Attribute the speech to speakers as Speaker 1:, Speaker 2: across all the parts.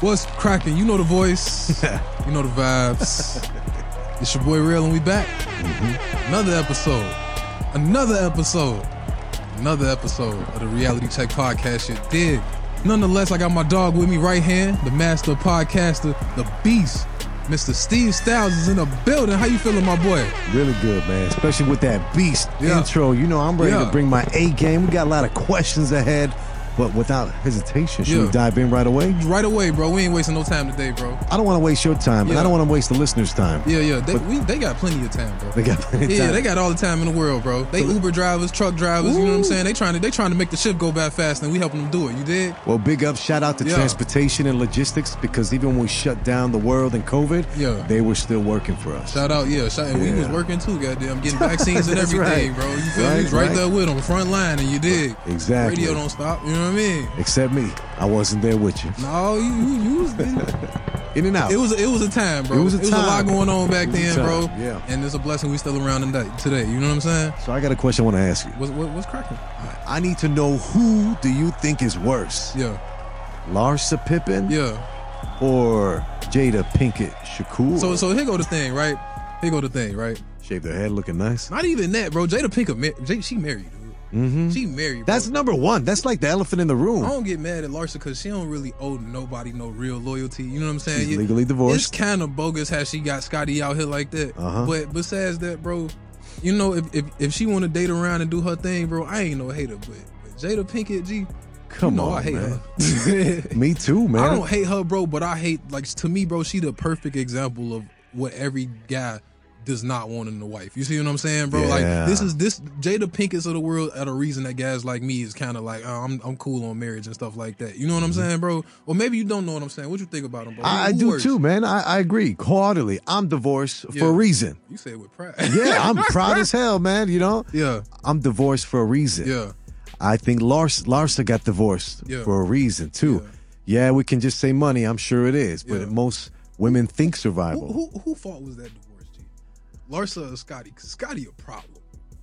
Speaker 1: What's cracking? You know the voice. you know the vibes. It's your boy Real, and we back. Another episode. Another episode. Another episode of the Reality Check Podcast. Shit did. Nonetheless, I got my dog with me right hand, the master podcaster, the beast, Mr. Steve Styles is in the building. How you feeling, my boy?
Speaker 2: Really good, man. Especially with that beast
Speaker 1: Yeah.
Speaker 2: intro. You know, I'm ready
Speaker 1: Yeah.
Speaker 2: to bring my A game. We got a lot of questions ahead, but without hesitation, should
Speaker 1: Yeah.
Speaker 2: we dive in right away?
Speaker 1: Right away, bro. We ain't wasting no time today, bro.
Speaker 2: I don't want to waste your time, and
Speaker 1: Yeah.
Speaker 2: I don't want to waste the listeners' time.
Speaker 1: Yeah, yeah. They, we, they got plenty of time, bro.
Speaker 2: They got plenty of
Speaker 1: Yeah,
Speaker 2: time.
Speaker 1: they got all the time in the world, bro. They Uber drivers, truck drivers. You know what I'm saying? They trying to they trying to make the ship go by fast, and we helping them do it. You did?
Speaker 2: Well, big up, shout out to
Speaker 1: Yeah.
Speaker 2: transportation and logistics because even when we shut down the world and COVID,
Speaker 1: Yeah.
Speaker 2: they were still working for us.
Speaker 1: Shout out, yeah. Shout, and we
Speaker 2: Yeah.
Speaker 1: was working too, goddamn, getting vaccines and
Speaker 2: That's
Speaker 1: everything,
Speaker 2: right.
Speaker 1: bro. You feel me?
Speaker 2: Right,
Speaker 1: We was right,
Speaker 2: right.
Speaker 1: there with them, front line, and you dig?
Speaker 2: Exactly.
Speaker 1: Radio don't stop. You know what I mean?
Speaker 2: Except me, I wasn't there with you.
Speaker 1: No, you you, you was
Speaker 2: In and out.
Speaker 1: it was it was a time, bro.
Speaker 2: It was a
Speaker 1: a lot
Speaker 2: time.
Speaker 1: going on back
Speaker 2: It was a
Speaker 1: then,
Speaker 2: time,
Speaker 1: bro.
Speaker 2: yeah.
Speaker 1: And it's a blessing we still around in that- today. You know what I'm saying?
Speaker 2: so I got a question I want to ask you.
Speaker 1: What's what, what's cracking?
Speaker 2: I need to know who do you think is worse,
Speaker 1: Yeah,
Speaker 2: Larsa Pippen
Speaker 1: yeah.
Speaker 2: or Jada Pinkett Shakur?
Speaker 1: So so here go the thing, right? Here go the thing, right?
Speaker 2: Shave their head looking nice.
Speaker 1: Not even that, bro. Jada Pinkett, ma- J- she married, dude.
Speaker 2: Mm-hmm.
Speaker 1: She married. Bro.
Speaker 2: That's number one. That's like the elephant in the
Speaker 1: I
Speaker 2: room.
Speaker 1: don't get mad at Larsa because she don't really owe nobody no real loyalty. You know what I'm saying?
Speaker 2: She's
Speaker 1: Yeah.
Speaker 2: legally
Speaker 1: It's
Speaker 2: divorced.
Speaker 1: kind of bogus how she got Scotty out here like that.
Speaker 2: Uh-huh.
Speaker 1: But besides that, bro, you know, if if, if she want to date around and do her thing, bro, I ain't no hater. But, but Jada Pinkett, G,
Speaker 2: Come
Speaker 1: you know
Speaker 2: on,
Speaker 1: I hate
Speaker 2: man.
Speaker 1: her.
Speaker 2: Me too, man.
Speaker 1: I don't hate her, bro, but I hate like to me, bro. She the perfect example of what every guy does not want in a wife. You see what I'm saying, bro?
Speaker 2: Yeah.
Speaker 1: Like this is this Jada Pinkett's of the world are the reason that guys like me is kind of like oh, I'm I'm cool on marriage and stuff like that. You know what I'm saying, bro? Or maybe you don't know what I'm saying. What you think about him, bro?
Speaker 2: Mm-hmm. I, I
Speaker 1: Who
Speaker 2: do
Speaker 1: worse?
Speaker 2: too, man. I, I agree. Wholeheartedly, I'm divorced
Speaker 1: Yeah.
Speaker 2: for a reason.
Speaker 1: You say it with pride.
Speaker 2: Yeah, I'm proud as hell, man. You know,
Speaker 1: yeah,
Speaker 2: I'm divorced for a reason.
Speaker 1: yeah,
Speaker 2: I think Lars Larsa got divorced
Speaker 1: Yeah.
Speaker 2: for a reason too. Yeah. we can just say money. I'm sure it is, but
Speaker 1: Yeah.
Speaker 2: most women think survival.
Speaker 1: Who, who who fault was that divorce, G? Larsa or Scotty? 'Cause Scotty a problem.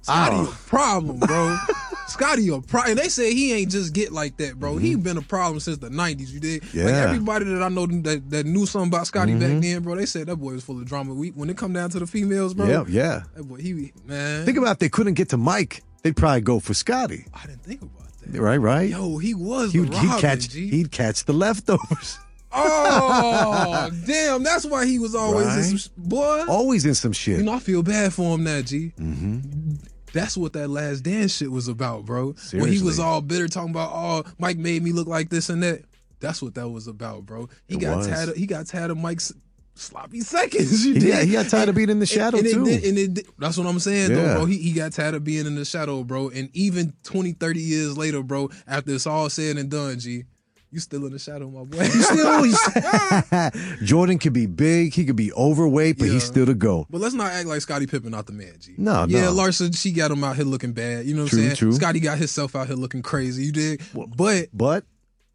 Speaker 2: I
Speaker 1: Scotty
Speaker 2: don't-
Speaker 1: a problem, bro. Scotty a problem. They say he ain't just get like that, bro. He been a problem since the nineties. You did. Like
Speaker 2: Mm-hmm. Yeah. Mm-hmm.
Speaker 1: everybody that I know that, that knew something about Scotty back then, bro. They said that boy was full of drama. We when it come down to the females, bro.
Speaker 2: yeah, yeah.
Speaker 1: That boy, he man.
Speaker 2: Think about it, they couldn't get to Mike. They'd probably go for Scotty.
Speaker 1: I didn't think about that.
Speaker 2: Right, right.
Speaker 1: Yo, he was
Speaker 2: he
Speaker 1: the
Speaker 2: would
Speaker 1: Robin,
Speaker 2: he'd catch
Speaker 1: G.
Speaker 2: he'd catch the leftovers.
Speaker 1: Oh damn! That's why he was always
Speaker 2: Right?
Speaker 1: this boy.
Speaker 2: Always in some shit.
Speaker 1: You know, I feel bad for him now, G.
Speaker 2: Mm-hmm.
Speaker 1: That's what that last dance shit was about, bro. When he was
Speaker 2: Seriously.
Speaker 1: all bitter talking about, oh, Mike made me look like this and that. That's what that was about, bro. He
Speaker 2: It
Speaker 1: got
Speaker 2: was.
Speaker 1: tired. Of, he got tired of Mike's sloppy seconds. You
Speaker 2: he,
Speaker 1: dig?
Speaker 2: got, he got tired of being in the shadow
Speaker 1: and it
Speaker 2: too.
Speaker 1: did- and it did- that's what I'm saying, though,
Speaker 2: Yeah.
Speaker 1: bro. He, he got tired of being in the shadow, bro. And even 20, 30 years later, bro, after it's all said and done, G, you still in the shadow, my boy.
Speaker 2: He's still- he's- Jordan could be big, he could be overweight, but he's
Speaker 1: Yeah.
Speaker 2: still the go.
Speaker 1: But let's not act like Scottie Pippen not the man, G.
Speaker 2: No,
Speaker 1: yeah,
Speaker 2: no.
Speaker 1: Larsa, she got him out here looking bad. You know what
Speaker 2: True,
Speaker 1: I'm saying?
Speaker 2: true.
Speaker 1: Scotty got himself out here looking crazy. You dig? But
Speaker 2: But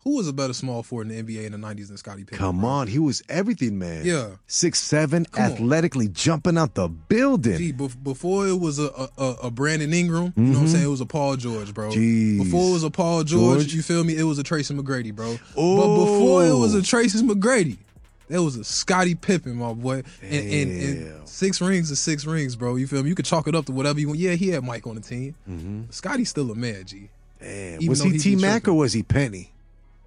Speaker 1: who was a better small forward in the NBA in the '90s than Scottie Pippen?
Speaker 2: come on, he was everything, man.
Speaker 1: Yeah.
Speaker 2: Six seven,
Speaker 1: Come on.
Speaker 2: athletically jumping out the building.
Speaker 1: Gee, bef- before it was a a, a, a Brandon Ingram, you know what I'm saying? It was a Paul George, bro.
Speaker 2: Mm-hmm. Jeez.
Speaker 1: Before it was a Paul George,
Speaker 2: George.
Speaker 1: you feel me? It was a Tracy McGrady, bro. But before it was a
Speaker 2: Oh.
Speaker 1: Tracy McGrady, there was a Scottie Pippen, my boy. And, and,
Speaker 2: Damn.
Speaker 1: and six rings is six rings, bro. You feel me? You could chalk it up to whatever you want. Yeah, he had Mike on the team.
Speaker 2: Mm-hmm.
Speaker 1: Scottie's still a man, G.
Speaker 2: Man,
Speaker 1: even
Speaker 2: was
Speaker 1: though he
Speaker 2: he
Speaker 1: be
Speaker 2: T Mac
Speaker 1: tripping.
Speaker 2: or was he Penny?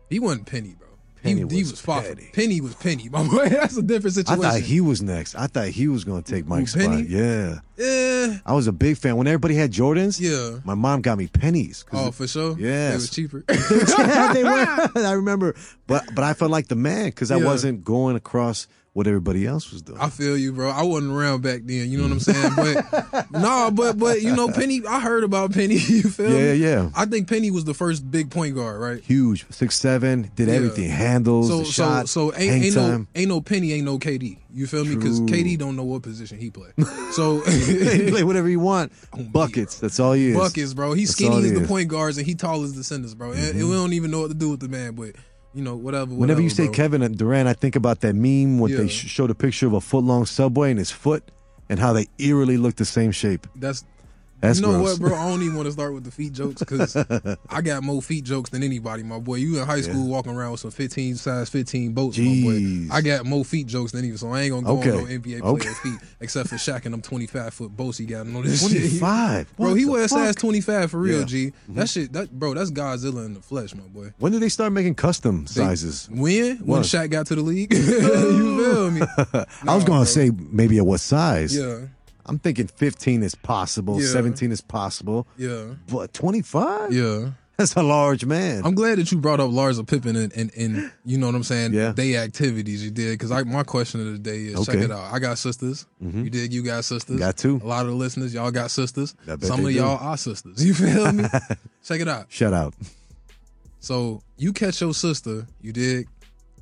Speaker 1: He wasn't Penny, bro.
Speaker 2: Penny
Speaker 1: he, he
Speaker 2: was
Speaker 1: was Foster.
Speaker 2: petty.
Speaker 1: Penny was Penny, my boy. That's a different
Speaker 2: I
Speaker 1: situation.
Speaker 2: thought he was next. I thought he was gonna take Mike's
Speaker 1: Penny?
Speaker 2: spot. Yeah.
Speaker 1: yeah,
Speaker 2: I was a big fan. When everybody had Jordans,
Speaker 1: yeah.
Speaker 2: my mom got me pennies. 'cause
Speaker 1: Oh, for sure.
Speaker 2: Yes.
Speaker 1: it was cheaper.
Speaker 2: yeah, they were. I remember, but but I felt like the man because I
Speaker 1: Yeah.
Speaker 2: wasn't going across what everybody else was doing.
Speaker 1: I feel you, bro. I wasn't around back then. You know what I'm saying? But no, but but you know, Penny. I heard about Penny. You feel
Speaker 2: yeah,
Speaker 1: me?
Speaker 2: yeah,
Speaker 1: I think Penny was the first big point guard, right?
Speaker 2: huge, six seven, did
Speaker 1: Yeah.
Speaker 2: everything, handles,
Speaker 1: So
Speaker 2: the shot,
Speaker 1: so so
Speaker 2: hang
Speaker 1: ain't, ain't no
Speaker 2: time.
Speaker 1: ain't no Penny, ain't no KD. You feel me? Because
Speaker 2: True.
Speaker 1: KD don't know what position he play. So
Speaker 2: He play whatever you want, buckets. That's all he is.
Speaker 1: Oh, buckets, bro. He's
Speaker 2: That's all
Speaker 1: skinny
Speaker 2: it
Speaker 1: as the
Speaker 2: is. Mm-hmm.
Speaker 1: point guards and he tall as the centers, bro. And, and we don't even know what to do with the man, but you know whatever.
Speaker 2: Whenever
Speaker 1: whatever,
Speaker 2: you say
Speaker 1: bro.
Speaker 2: Kevin and Durant, I think about that meme when
Speaker 1: Yeah.
Speaker 2: they sh- showed a picture of a foot long subway and his foot, and how they eerily look the same shape.
Speaker 1: that's
Speaker 2: That's
Speaker 1: you know
Speaker 2: gross.
Speaker 1: what, bro? I don't even want to start with the feet jokes because I got more feet jokes than anybody, my boy. You in high school walking around with some 15 size 15 boats,
Speaker 2: Jeez.
Speaker 1: my boy. I got more feet jokes than even, so I ain't gonna go
Speaker 2: Okay.
Speaker 1: on no NBA
Speaker 2: Okay.
Speaker 1: players' feet except for Shaq and them 25 foot boats he got on this shit.
Speaker 2: 25.
Speaker 1: Bro,
Speaker 2: What
Speaker 1: he
Speaker 2: the
Speaker 1: wears
Speaker 2: fuck?
Speaker 1: size 25 for real,
Speaker 2: Yeah. Mm-hmm.
Speaker 1: G. That shit, that bro, that's Godzilla in the flesh, my boy.
Speaker 2: When did they start making custom
Speaker 1: They-
Speaker 2: sizes?
Speaker 1: When? When
Speaker 2: What?
Speaker 1: Shaq got to the league. you feel me?
Speaker 2: I was
Speaker 1: Nah,
Speaker 2: gonna
Speaker 1: bro.
Speaker 2: say maybe at what size.
Speaker 1: Yeah,
Speaker 2: I'm thinking 15 is possible,
Speaker 1: Yeah.
Speaker 2: 17 is possible,
Speaker 1: yeah,
Speaker 2: but 25?
Speaker 1: yeah.
Speaker 2: That's a large man.
Speaker 1: I'm glad that you brought up Larsa Pippen and, and, and you know what I'm saying.
Speaker 2: Yeah.
Speaker 1: They activities you did because my question of the day is
Speaker 2: Okay. Mm-hmm.
Speaker 1: check it out. I got sisters. You dig? You got sisters.
Speaker 2: Got two.
Speaker 1: A lot of the listeners, y'all got sisters.
Speaker 2: I bet
Speaker 1: Some
Speaker 2: they
Speaker 1: of
Speaker 2: do.
Speaker 1: y'all are sisters. You feel me? check it out.
Speaker 2: Shout out.
Speaker 1: So you catch your sister. You dig?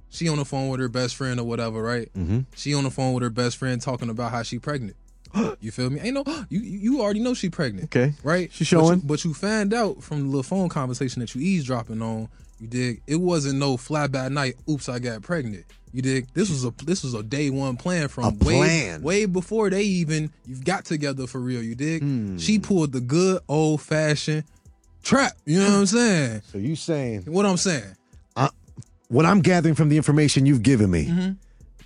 Speaker 1: She on the phone with her best friend or whatever, right?
Speaker 2: Mm-hmm.
Speaker 1: She on the phone with her best friend talking about how she pregnant. you feel me? Ain't no you you already know she pregnant.
Speaker 2: Okay.
Speaker 1: Right?
Speaker 2: She showing.
Speaker 1: But you, but you find out from the little phone conversation that you eavesdropping on, you dig, it wasn't no fly by night, oops, I got pregnant. You dig? This was a this was a day one plan from
Speaker 2: A
Speaker 1: way
Speaker 2: plan.
Speaker 1: way before they even you've got together for real, you dig?
Speaker 2: Hmm.
Speaker 1: She pulled the good old fashioned trap. You know what I'm saying?
Speaker 2: So you saying
Speaker 1: What I'm saying.
Speaker 2: what I'm gathering from the information you've given me,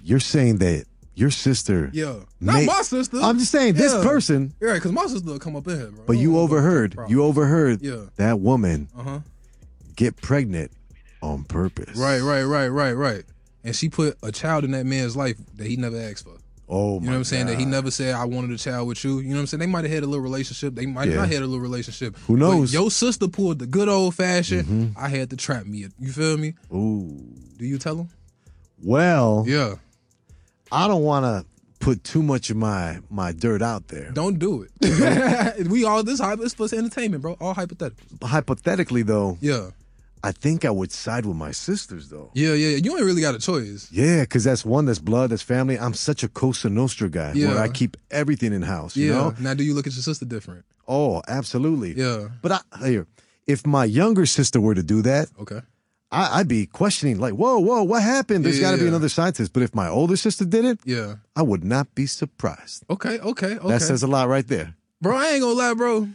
Speaker 2: you're saying that your sister.
Speaker 1: Mm-hmm. Yeah. Not
Speaker 2: Mate,
Speaker 1: my sister.
Speaker 2: I'm just saying this
Speaker 1: Yeah. Oh,
Speaker 2: person,
Speaker 1: Yeah, because my sister will come up in here, bro.
Speaker 2: but you overheard. You overheard
Speaker 1: Yeah.
Speaker 2: that woman
Speaker 1: uh huh.
Speaker 2: get pregnant on purpose.
Speaker 1: Right, right, right, right, right. And she put a child in that man's life that he never asked for.
Speaker 2: Oh my
Speaker 1: You know what I'm saying? That he
Speaker 2: God.
Speaker 1: never said, I wanted a child with you. You know what I'm saying? They might have had a little relationship. They might
Speaker 2: Yeah.
Speaker 1: not had a little relationship.
Speaker 2: Who knows? Mm-hmm.
Speaker 1: But your sister pulled the good old fashioned, I had to trap me. You feel me?
Speaker 2: Ooh.
Speaker 1: Do you tell him?
Speaker 2: Well,
Speaker 1: Yeah.
Speaker 2: I don't want to put too much of my my dirt out there.
Speaker 1: Don't do it. we all, this hype is for entertainment, bro. All hypothetical.
Speaker 2: Hypothetically, though,
Speaker 1: Yeah.
Speaker 2: I think I would side with my sisters, though.
Speaker 1: Yeah, yeah. You ain't really got a choice.
Speaker 2: Yeah, because that's one, that's blood, that's family. I'm such a Cosa Nostra guy where
Speaker 1: Yeah.
Speaker 2: I keep everything in house,
Speaker 1: Yeah.
Speaker 2: you know?
Speaker 1: Now, do you look at your sister different?
Speaker 2: Oh, absolutely.
Speaker 1: Yeah.
Speaker 2: But I, here, if my younger sister were to do that,
Speaker 1: Okay.
Speaker 2: I, I'd be questioning, like, whoa, whoa, what happened? There's
Speaker 1: Yeah,
Speaker 2: got to be
Speaker 1: yeah.
Speaker 2: another side to this. But if my older sister did it,
Speaker 1: Yeah.
Speaker 2: I would not be surprised.
Speaker 1: Okay, okay, okay.
Speaker 2: That says a lot right there.
Speaker 1: Bro, I ain't gonna lie, bro.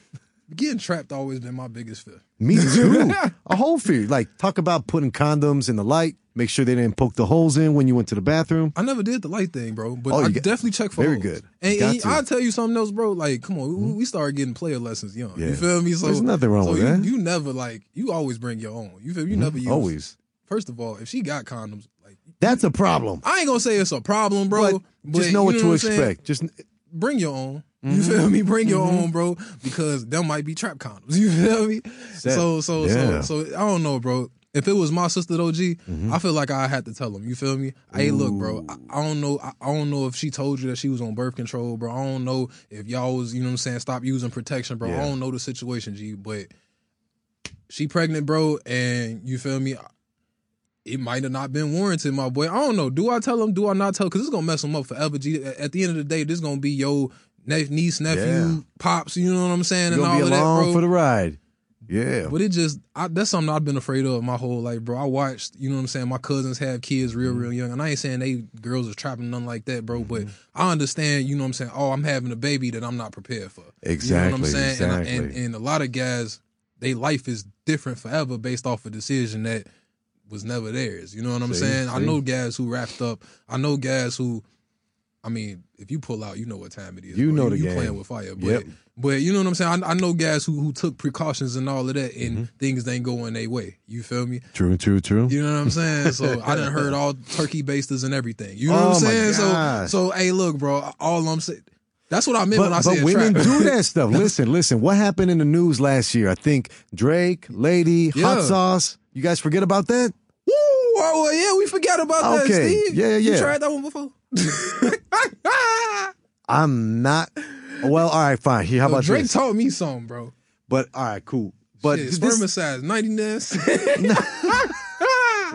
Speaker 1: Getting trapped always been my biggest fear.
Speaker 2: Me too. a whole fear. Like, talk about putting condoms in the light, make sure they didn't poke the holes in when you went to the bathroom.
Speaker 1: I never did the light thing, bro, but
Speaker 2: Oh, you
Speaker 1: I
Speaker 2: got-
Speaker 1: definitely check for
Speaker 2: very
Speaker 1: holes.
Speaker 2: good.
Speaker 1: And,
Speaker 2: Got
Speaker 1: and
Speaker 2: to. Hmm?
Speaker 1: I'll tell you something else, bro. Like, come on, we, we started getting player lessons young.
Speaker 2: Yeah.
Speaker 1: You feel me? So
Speaker 2: There's nothing wrong
Speaker 1: so
Speaker 2: with
Speaker 1: you,
Speaker 2: that. Hmm?
Speaker 1: You never like you always bring your own. You feel me? you never use
Speaker 2: Always.
Speaker 1: First of all, if she got condoms, like
Speaker 2: That's a problem.
Speaker 1: I ain't gonna say it's a problem, bro.
Speaker 2: But just know
Speaker 1: you
Speaker 2: what to
Speaker 1: I'm saying?
Speaker 2: expect. Just
Speaker 1: Bring your own.
Speaker 2: Mm-hmm.
Speaker 1: You feel me? Bring your own, bro, because there might be trap condoms. You feel me?
Speaker 2: Set.
Speaker 1: So so
Speaker 2: Yeah. Mm-hmm.
Speaker 1: so so I don't know, bro. If it was my sister though, G, I feel like I had to tell him. You feel me? Hey, look, bro. I, I don't know. I, I don't know if she told you that she was on birth control, bro. I don't know if y'all was, you know, what I'm saying, stop using protection, bro.
Speaker 2: Yeah.
Speaker 1: I don't know the situation, G. But she pregnant, bro, and you feel me? It might have not been warranted, my boy. I don't know. Do I tell him? Do I not tell? Because it's gonna mess him up forever. G. At at the end of the day, this gonna be your ne- niece, nephew,
Speaker 2: Yeah.
Speaker 1: pops. You know what I'm saying?
Speaker 2: you're
Speaker 1: and all
Speaker 2: gonna be
Speaker 1: of that,
Speaker 2: along
Speaker 1: bro.
Speaker 2: for the ride. Yeah.
Speaker 1: But it just I, that's something I've been afraid of my whole life, bro. I watched, you know what I'm saying. My cousins have kids
Speaker 2: Mm-hmm.
Speaker 1: real, real young, and I ain't saying they girls are trapping nothing like that, bro. But
Speaker 2: Mm-hmm.
Speaker 1: I understand, you know what I'm saying. Oh, I'm having a baby that I'm not prepared for. you know what
Speaker 2: Exactly,
Speaker 1: I'm saying. And I- And,
Speaker 2: exactly.
Speaker 1: and a lot of guys, they life is different forever based off a decision that was never theirs. You know what I'm
Speaker 2: See,
Speaker 1: saying? I
Speaker 2: see.
Speaker 1: know guys who wrapped up. I know guys who. I mean, if you pull out, you know what time it is.
Speaker 2: You
Speaker 1: bro.
Speaker 2: know the
Speaker 1: you
Speaker 2: game.
Speaker 1: playing with fire, but
Speaker 2: Yep.
Speaker 1: but you know what I'm saying. I, I know guys who who took precautions and all of that, and
Speaker 2: Mm-hmm.
Speaker 1: things ain't going their way. You feel me?
Speaker 2: True, true, true.
Speaker 1: You know what I'm saying? So I done heard all turkey basters and everything. You know what I'm
Speaker 2: Oh, my
Speaker 1: saying?
Speaker 2: God.
Speaker 1: So so hey, look, bro. All I'm saying. That's what I meant
Speaker 2: but
Speaker 1: when I
Speaker 2: but
Speaker 1: said
Speaker 2: women
Speaker 1: trap.
Speaker 2: do that stuff. Listen, listen. What happened in the news last year? I think Drake, Lady, Hot
Speaker 1: Yeah.
Speaker 2: Sauce. You guys forget about that?
Speaker 1: Woo! Oh, well, yeah, we forgot about that,
Speaker 2: Okay.
Speaker 1: Steve.
Speaker 2: Yeah, yeah, yeah.
Speaker 1: You tried that one before?
Speaker 2: I'm not. Well, all right, fine. Here, how about
Speaker 1: Oh, Drake
Speaker 2: this?
Speaker 1: taught me something, bro.
Speaker 2: but all right, cool. But
Speaker 1: Shit,
Speaker 2: this-
Speaker 1: spermicide, 99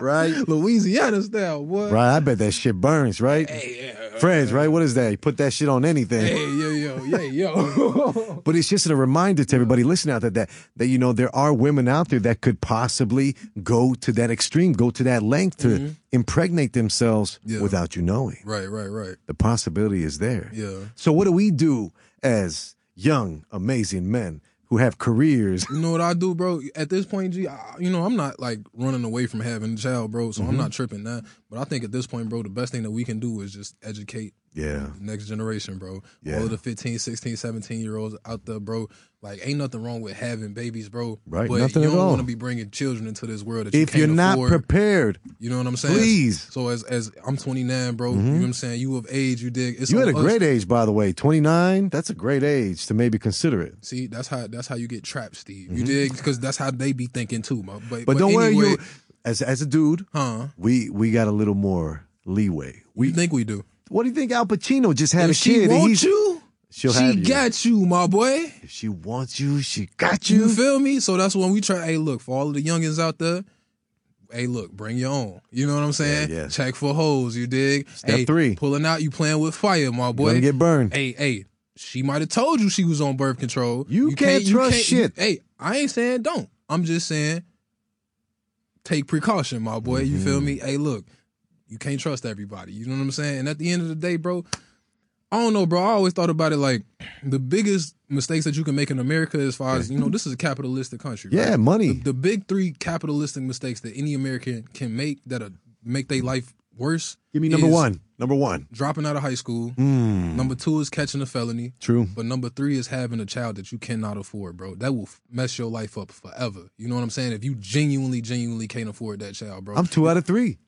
Speaker 2: right,
Speaker 1: Louisiana style, boy.
Speaker 2: right. I bet that shit burns, right?
Speaker 1: Hey, yeah.
Speaker 2: Friends, right? What is that? You put that shit on anything.
Speaker 1: Hey, yo, yo, yeah, yo.
Speaker 2: But it's just a reminder to everybody listening out there that that you know there are women out there that could possibly go to that extreme, go to that length to impregnate themselves
Speaker 1: Mm-hmm. Yeah.
Speaker 2: without you knowing.
Speaker 1: right, right, right.
Speaker 2: The possibility is there.
Speaker 1: Yeah.
Speaker 2: So what do we do as young, amazing men who have careers.
Speaker 1: You know what I do, bro? At this point, G, I, you know, I'm not like running away from having a child, bro,
Speaker 2: Mm-hmm.
Speaker 1: so I'm not tripping that. But I think at this point, bro, the best thing that we can do is just educate
Speaker 2: Yeah.
Speaker 1: the next generation, bro.
Speaker 2: Yeah.
Speaker 1: All of the 15, 16, 17 year olds out there, bro. Like, ain't nothing wrong with having babies, bro.
Speaker 2: Right,
Speaker 1: But
Speaker 2: nothing
Speaker 1: you
Speaker 2: at
Speaker 1: don't
Speaker 2: all.
Speaker 1: want to be bringing children into this world that you
Speaker 2: If
Speaker 1: can't
Speaker 2: you're not
Speaker 1: afford.
Speaker 2: prepared,
Speaker 1: you know what I'm saying?
Speaker 2: Please. Mm-hmm.
Speaker 1: So as as I'm 29, bro. You know what I'm saying? You of age, you dig. It's
Speaker 2: you
Speaker 1: on
Speaker 2: had a
Speaker 1: us.
Speaker 2: great age, by the way. 29, that's a great age to maybe consider it.
Speaker 1: See, that's how that's how you get trapped, Steve. You dig? Because that's how they be thinking too, bro. But,
Speaker 2: Mm-hmm. But, don't
Speaker 1: anyway,
Speaker 2: worry, you, as, as a dude,
Speaker 1: huh?
Speaker 2: we, we got a little more leeway.
Speaker 1: We think we do.
Speaker 2: What do you think? Al Pacino just had
Speaker 1: If
Speaker 2: a kid.
Speaker 1: she
Speaker 2: and
Speaker 1: wants
Speaker 2: he's-
Speaker 1: you,
Speaker 2: she'll
Speaker 1: she
Speaker 2: have you.
Speaker 1: got you, my boy.
Speaker 2: if she wants you, she got
Speaker 1: You
Speaker 2: you.
Speaker 1: feel me? So that's when we try. Hey, look for all of the youngins out there. Hey, look, bring your own. You know what I'm saying?
Speaker 2: yeah.
Speaker 1: Check for holes. You dig?
Speaker 2: Step
Speaker 1: hey,
Speaker 2: three.
Speaker 1: Pulling out, you playing with fire, my
Speaker 2: You're
Speaker 1: boy.
Speaker 2: gonna get burned.
Speaker 1: hey, hey. She might have told you she was on birth control.
Speaker 2: You can't trust shit.
Speaker 1: hey, I ain't saying don't. I'm just saying take precaution, my boy. You feel
Speaker 2: Mm-hmm.
Speaker 1: me? Hey, look, you can't trust everybody. You know what I'm saying? And at the end of the day, bro, I don't know, bro. I always thought about it like the biggest mistakes that you can make in America as far as, you know, this is a capitalistic country. right?
Speaker 2: Yeah, money.
Speaker 1: The, the big three capitalistic mistakes that any American can make that are make their life worse.
Speaker 2: Give me number
Speaker 1: is
Speaker 2: one. Number one.
Speaker 1: Dropping out of high school.
Speaker 2: Mm,
Speaker 1: Number two is catching a felony.
Speaker 2: true.
Speaker 1: But number three is having a child that you cannot afford, bro. That will f- mess your life up forever. You know what I'm saying? If you genuinely, genuinely can't afford that child, bro.
Speaker 2: I'm two out of three.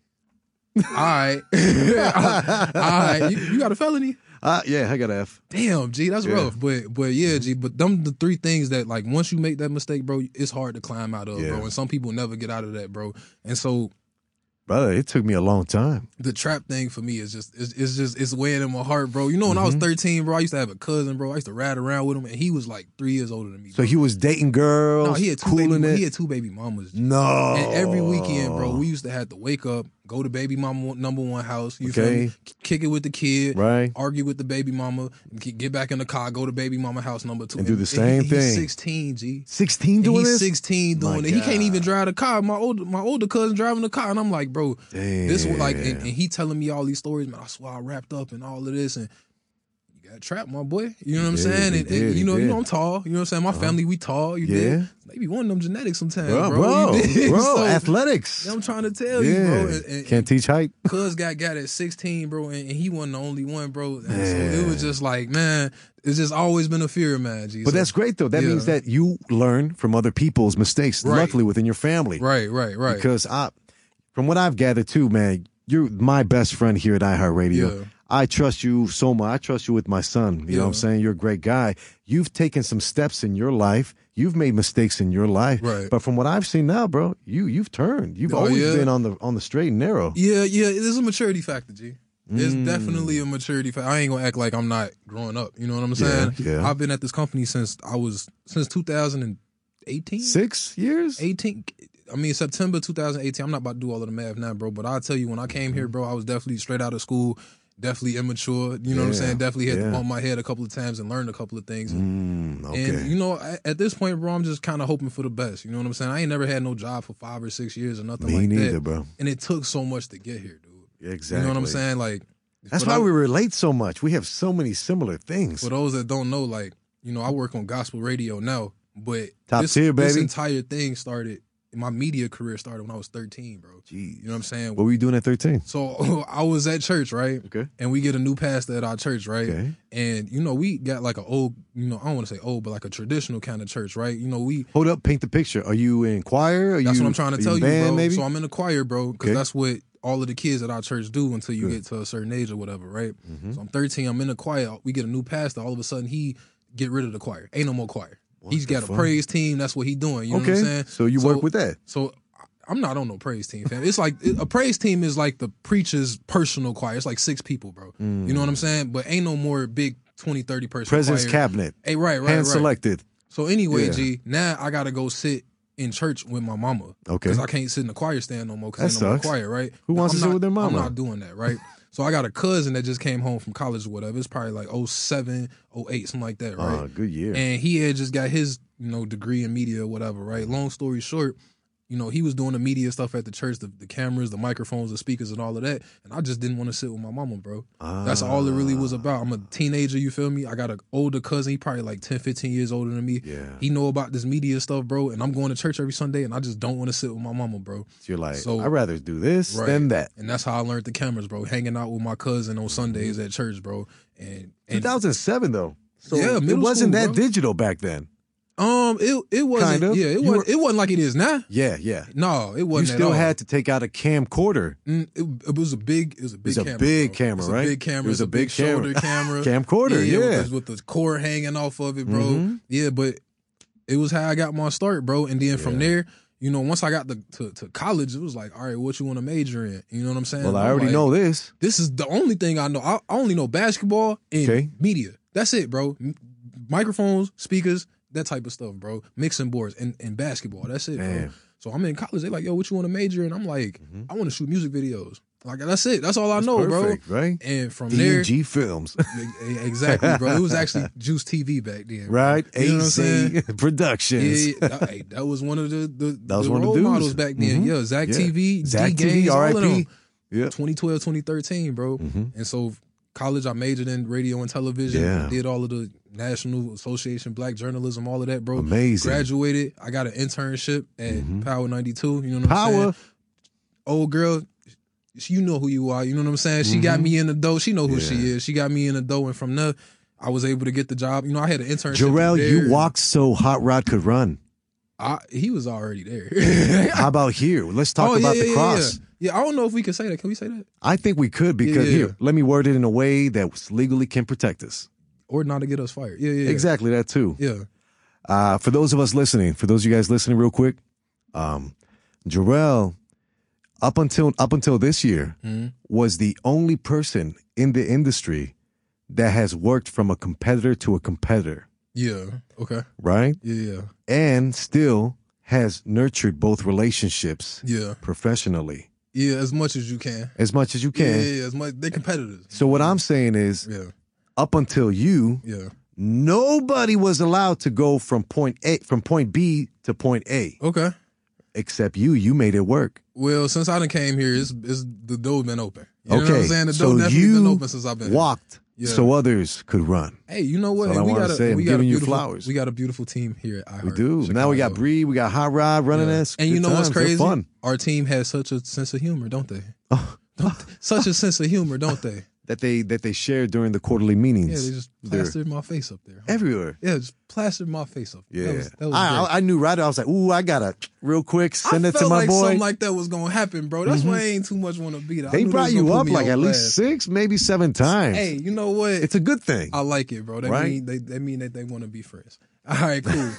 Speaker 1: All right. All right. You, you got a felony?
Speaker 2: Uh, yeah, I got an F.
Speaker 1: Damn, G, that's
Speaker 2: Yeah. Mm-hmm.
Speaker 1: rough. But but yeah, G, but them the three things that like once you make that mistake, bro, it's hard to climb out of,
Speaker 2: Yeah.
Speaker 1: bro. And some people never get out of that, bro. And so
Speaker 2: Brother, it took me a long time.
Speaker 1: the trap thing for me is just it's, it's just it's weighing in my heart, bro. You know, when I was
Speaker 2: Mm-hmm.
Speaker 1: 13, bro, I used to have a cousin, bro. I used to ride around with him, and he was like three years older than me.
Speaker 2: So he was dating girls,
Speaker 1: No, he had two
Speaker 2: cooling
Speaker 1: baby,
Speaker 2: it.
Speaker 1: He had two baby mamas.
Speaker 2: no.
Speaker 1: And every weekend,
Speaker 2: Oh.
Speaker 1: bro, we used to have to wake up, go to baby mama number one house. You feel me?
Speaker 2: Okay.
Speaker 1: K- Kick it with the kid,
Speaker 2: Right.
Speaker 1: argue with the baby mama, and ke- get back in the car, go to baby mama house number two,
Speaker 2: And do the same
Speaker 1: he-
Speaker 2: thing.
Speaker 1: He's sixteen, g.
Speaker 2: 16
Speaker 1: And
Speaker 2: doing
Speaker 1: he's
Speaker 2: this?
Speaker 1: 16 doing
Speaker 2: My
Speaker 1: it. He can't
Speaker 2: God.
Speaker 1: even drive the car. My older my older cousin driving the car, and I'm like, bro, this was like, and,
Speaker 2: Damn.
Speaker 1: and he telling me all these stories, man. I swear I wrapped up and all of this, and you got trapped, my boy. You know what I'm
Speaker 2: did,
Speaker 1: saying?
Speaker 2: he
Speaker 1: And,
Speaker 2: did,
Speaker 1: and
Speaker 2: he
Speaker 1: you know, you
Speaker 2: did. Uh-huh.
Speaker 1: know, I'm tall. You know what I'm saying? My family, we tall. You
Speaker 2: Yeah.
Speaker 1: did. Maybe one of them genetics sometimes,
Speaker 2: bro,
Speaker 1: bro.
Speaker 2: bro,
Speaker 1: You dig?
Speaker 2: bro,
Speaker 1: So,
Speaker 2: athletics.
Speaker 1: I'm trying to tell you, bro.
Speaker 2: yeah.
Speaker 1: And, and,
Speaker 2: Can't teach height.
Speaker 1: Cuz got got at 16, bro, and, and he wasn't the only one, bro. And so
Speaker 2: Man.
Speaker 1: it was just like, man, it's just always been a fear of mine, G.
Speaker 2: But
Speaker 1: So-
Speaker 2: that's great, though. That
Speaker 1: Yeah.
Speaker 2: means that you learn from other people's mistakes,
Speaker 1: Right.
Speaker 2: luckily within your family.
Speaker 1: right, right, right.
Speaker 2: Because I, from what I've gathered too, man, you're my best friend here at iHeartRadio.
Speaker 1: Yeah.
Speaker 2: I trust you so much. I trust you with my son. You know what I'm
Speaker 1: Yeah.
Speaker 2: saying? You're a great guy. You've taken some steps in your life. You've made mistakes in your life.
Speaker 1: Right.
Speaker 2: But from what I've seen now, bro, you you've turned. You've
Speaker 1: Oh,
Speaker 2: always
Speaker 1: yeah.
Speaker 2: been on the on the straight and narrow. Mm.
Speaker 1: Yeah, yeah, there's a maturity factor, G. There's definitely a maturity factor. I ain't gonna act like I'm not growing up. You know what I'm saying?
Speaker 2: yeah.
Speaker 1: I've been at this company since I was since 2018.
Speaker 2: Six years?
Speaker 1: 18 I mean September 2018. I'm not about to do all of the math now, bro, but I'll tell you when I came
Speaker 2: Mm-hmm.
Speaker 1: here, bro, I was definitely straight out of school, definitely immature, you know what I'm
Speaker 2: Yeah,
Speaker 1: saying? Definitely had
Speaker 2: yeah.
Speaker 1: to bump my head a couple of times and learned a couple of things.
Speaker 2: Mm, okay.
Speaker 1: And you know, at, at this point, bro, I'm just kind of hoping for the best. You know what I'm saying? I ain't never had no job for 5 or 6 years or nothing
Speaker 2: Me
Speaker 1: like
Speaker 2: neither,
Speaker 1: that.
Speaker 2: bro.
Speaker 1: And it took so much to get here, dude.
Speaker 2: Exactly.
Speaker 1: You know what I'm saying? Like
Speaker 2: That's
Speaker 1: for
Speaker 2: why
Speaker 1: tho-
Speaker 2: we relate so much. We have so many similar things.
Speaker 1: For those that don't know, like you know, I work on gospel radio now, but
Speaker 2: Top
Speaker 1: this,
Speaker 2: tier,
Speaker 1: this
Speaker 2: baby.
Speaker 1: entire thing started. My media career started when I was 13, bro.
Speaker 2: Jeez.
Speaker 1: You know what I'm saying?
Speaker 2: What were you doing at 13?
Speaker 1: So I was at church, right?
Speaker 2: Okay.
Speaker 1: And we get a new pastor at our church, right?
Speaker 2: Okay.
Speaker 1: And you know, we got like an old, you know, I don't want to say old, but like a traditional kind of church, right? You know, we
Speaker 2: Hold up, paint the picture. Are you in choir? Are
Speaker 1: that's
Speaker 2: you,
Speaker 1: what I'm trying
Speaker 2: are
Speaker 1: to tell you,
Speaker 2: band,
Speaker 1: bro.
Speaker 2: Maybe?
Speaker 1: So I'm in the choir, bro, because
Speaker 2: Okay.
Speaker 1: that's what all of the kids at our church do until you get to a certain age or whatever, right?
Speaker 2: Mm-hmm.
Speaker 1: So I'm 13. I'm in the choir. We get a new pastor. All of a sudden, he get rid of the choir. Ain't no more choir. He's
Speaker 2: the
Speaker 1: got
Speaker 2: fuck?
Speaker 1: a praise team. That's what he doing. You know what I'm
Speaker 2: okay.
Speaker 1: saying?
Speaker 2: So you work with that.
Speaker 1: So I- I'm not on no praise team, fam. It's like it- a praise team is like the preacher's personal choir. It's like six people, bro. You know
Speaker 2: Mm.
Speaker 1: what I'm saying? But ain't no more big 20, 30 person
Speaker 2: President's
Speaker 1: choir.
Speaker 2: cabinet.
Speaker 1: Hey, right, right,
Speaker 2: hand
Speaker 1: right.
Speaker 2: selected.
Speaker 1: So anyway,
Speaker 2: Yeah.
Speaker 1: G, now I gotta go sit in church with my mama.
Speaker 2: Okay.
Speaker 1: Because I can't sit in the choir stand no more.
Speaker 2: That
Speaker 1: Because ain't no more
Speaker 2: sucks.
Speaker 1: choir, right?
Speaker 2: Who
Speaker 1: Now,
Speaker 2: wants
Speaker 1: I'm
Speaker 2: to sit
Speaker 1: not-
Speaker 2: with their mama?
Speaker 1: I'm not doing that, right? so I got a cousin that just came home from college or whatever. It's probably like 07, 08, something like that, right?
Speaker 2: Ah, good year.
Speaker 1: And he had just got his, you know, degree in media or whatever, right? Long story short, you know, he was doing the media stuff at the church, the, the cameras, the microphones, the speakers, and all of that. And I just didn't want to sit with my mama, bro.
Speaker 2: Ah.
Speaker 1: That's all it really was about. I'm a teenager, you feel me? I got an older cousin. He probably like 10, 15 years older than me.
Speaker 2: Yeah.
Speaker 1: He know about this media stuff, bro. And I'm going to church every Sunday, and I just don't want to sit with my mama, bro.
Speaker 2: You're like,
Speaker 1: So-
Speaker 2: I'd rather do this
Speaker 1: Right.
Speaker 2: than that.
Speaker 1: And that's how I learned the cameras, bro. Hanging out with my cousin on Sundays at church, bro. And, and
Speaker 2: 2007 though. So
Speaker 1: Yeah,
Speaker 2: it
Speaker 1: middle
Speaker 2: wasn't
Speaker 1: school,
Speaker 2: that
Speaker 1: bro.
Speaker 2: digital back then.
Speaker 1: um, it it wasn't,
Speaker 2: Kind of.
Speaker 1: yeah, it
Speaker 2: You
Speaker 1: wasn't, it wasn't like it is now.
Speaker 2: Yeah, yeah.
Speaker 1: No, it
Speaker 2: You
Speaker 1: wasn't. at
Speaker 2: still
Speaker 1: all.
Speaker 2: had to take out a camcorder,
Speaker 1: Mm, it, it was a big. It was a big.
Speaker 2: was a
Speaker 1: camera,
Speaker 2: big
Speaker 1: bro.
Speaker 2: camera,
Speaker 1: it was
Speaker 2: right?
Speaker 1: A big camera.
Speaker 2: It was a big camera.
Speaker 1: shoulder camera.
Speaker 2: camcorder.
Speaker 1: yeah,
Speaker 2: Yeah,
Speaker 1: It was with the cord hanging off of it, bro.
Speaker 2: Mhm.
Speaker 1: Yeah, but it was how I got my start, bro. And then from
Speaker 2: Yeah.
Speaker 1: there, you know, once I got the, to to college, it was like, all right, what you want to major in? You know what I'm saying?
Speaker 2: Well, I
Speaker 1: I'm
Speaker 2: already
Speaker 1: like,
Speaker 2: know this.
Speaker 1: This is the only thing I know. I, I only know basketball and
Speaker 2: Okay.
Speaker 1: media. That's it, bro. M- microphones, speakers, that type of stuff, bro. Mixing boards and, and basketball. That's it, bro.
Speaker 2: Damn.
Speaker 1: So I'm in college. They like, yo, what you want to major? in? I'm like,
Speaker 2: Mhm.
Speaker 1: I want to shoot music videos. Like that's it. That's all Mm-hmm. I
Speaker 2: That's
Speaker 1: know,
Speaker 2: perfect, Right?
Speaker 1: bro. And from there,
Speaker 2: DMG Films,
Speaker 1: E- exactly, bro. It was actually Juice TV back then. bro.
Speaker 2: right?
Speaker 1: You know what I'm
Speaker 2: AC
Speaker 1: saying? Yeah,
Speaker 2: Productions.
Speaker 1: yeah, that, hey, that was one of the the,
Speaker 2: That was
Speaker 1: the
Speaker 2: one of
Speaker 1: role
Speaker 2: the dudes.
Speaker 1: models back then.
Speaker 2: Mhm.
Speaker 1: Yeah, Zach
Speaker 2: Yeah.
Speaker 1: TV,
Speaker 2: Zach
Speaker 1: D Games,
Speaker 2: TV,
Speaker 1: all of them.
Speaker 2: RIP. Yeah.
Speaker 1: 2012, 2013, bro.
Speaker 2: Mm-hmm.
Speaker 1: And so college, I majored in radio and television.
Speaker 2: Yeah.
Speaker 1: Did all of the National Association Black Journalism, all of that, bro.
Speaker 2: Amazing.
Speaker 1: Graduated. I got an internship at
Speaker 2: Mhm.
Speaker 1: Power 92. You know what I'm saying?
Speaker 2: Power.
Speaker 1: old girl, she, you know who you are. You know what I'm saying? She got
Speaker 2: Mhm.
Speaker 1: me in the dough. She know who she
Speaker 2: Yeah.
Speaker 1: is. She got me in the dough, and from there, I was able to get the job. You know, I had an internship.
Speaker 2: Jarrell,
Speaker 1: there.
Speaker 2: you walked so Hot Rod could run.
Speaker 1: I, he was already there.
Speaker 2: How about here? Let's talk
Speaker 1: Oh, yeah,
Speaker 2: about
Speaker 1: yeah,
Speaker 2: the
Speaker 1: yeah,
Speaker 2: cross.
Speaker 1: Yeah, yeah. I don't know if we can say that. Can we say that?
Speaker 2: I think we could because
Speaker 1: Yeah.
Speaker 2: here, let me word it in a way that legally can protect us.
Speaker 1: Or not to get us fired? Yeah, yeah, yeah.
Speaker 2: Exactly that too.
Speaker 1: Yeah,
Speaker 2: Uh, for those of us listening, for those of you guys listening, real quick, um, Jarrell, up until up until this year,
Speaker 1: Mhm.
Speaker 2: was the only person in the industry that has worked from a competitor to a competitor,
Speaker 1: yeah. Okay.
Speaker 2: right?
Speaker 1: Yeah, yeah,
Speaker 2: And still has nurtured both relationships
Speaker 1: yeah,
Speaker 2: professionally
Speaker 1: yeah. As much as you can.
Speaker 2: as much as you
Speaker 1: Yeah,
Speaker 2: can.
Speaker 1: yeah, yeah, as much. They're competitors.
Speaker 2: So what I'm saying is,
Speaker 1: Yeah,
Speaker 2: up until you,
Speaker 1: yeah.
Speaker 2: nobody was allowed to go from point A from point B to point A
Speaker 1: Okay.
Speaker 2: except you. You made it work.
Speaker 1: Well, since I done came here, it's, it's the door been open. You know what I'm saying? The
Speaker 2: so
Speaker 1: door definitely
Speaker 2: you
Speaker 1: been open since I've been here.
Speaker 2: walked
Speaker 1: Yeah.
Speaker 2: so others could run.
Speaker 1: Hey, you know what?
Speaker 2: That's all
Speaker 1: And we
Speaker 2: I wanna
Speaker 1: got a,
Speaker 2: say. I'm
Speaker 1: we got a
Speaker 2: giving you
Speaker 1: beautiful-
Speaker 2: flowers.
Speaker 1: We got a beautiful team here. At
Speaker 2: We
Speaker 1: iHeart,
Speaker 2: do. Now we got
Speaker 1: Chicago.
Speaker 2: Bree, we got Hot Rod running
Speaker 1: Yeah.
Speaker 2: us.
Speaker 1: And you
Speaker 2: Good
Speaker 1: know what's
Speaker 2: times. They're
Speaker 1: crazy?
Speaker 2: Fun.
Speaker 1: Our team has such a sense of humor, don't they? Don't- such a sense of humor, don't they?
Speaker 2: That they that they shared during the quarterly
Speaker 1: Yeah,
Speaker 2: meetings.
Speaker 1: they just
Speaker 2: They're
Speaker 1: plastered my face up there.
Speaker 2: everywhere.
Speaker 1: yeah, just plastered my face up.
Speaker 2: Yeah,
Speaker 1: that was, that was
Speaker 2: I,
Speaker 1: great.
Speaker 2: I I knew right. I was like, ooh, I gotta real quick send
Speaker 1: I
Speaker 2: it to
Speaker 1: felt
Speaker 2: my
Speaker 1: like
Speaker 2: boy.
Speaker 1: something like that was gonna happen, bro. That's why I ain't too much want to beat. I
Speaker 2: they
Speaker 1: knew
Speaker 2: brought
Speaker 1: was
Speaker 2: you
Speaker 1: gonna put
Speaker 2: up
Speaker 1: me
Speaker 2: like
Speaker 1: on
Speaker 2: at least
Speaker 1: blast.
Speaker 2: six, maybe seven times.
Speaker 1: Hey, you know what?
Speaker 2: It's a good thing.
Speaker 1: I like it, bro. That
Speaker 2: Right?
Speaker 1: mean they, they mean that they want to be friends. All right, cool.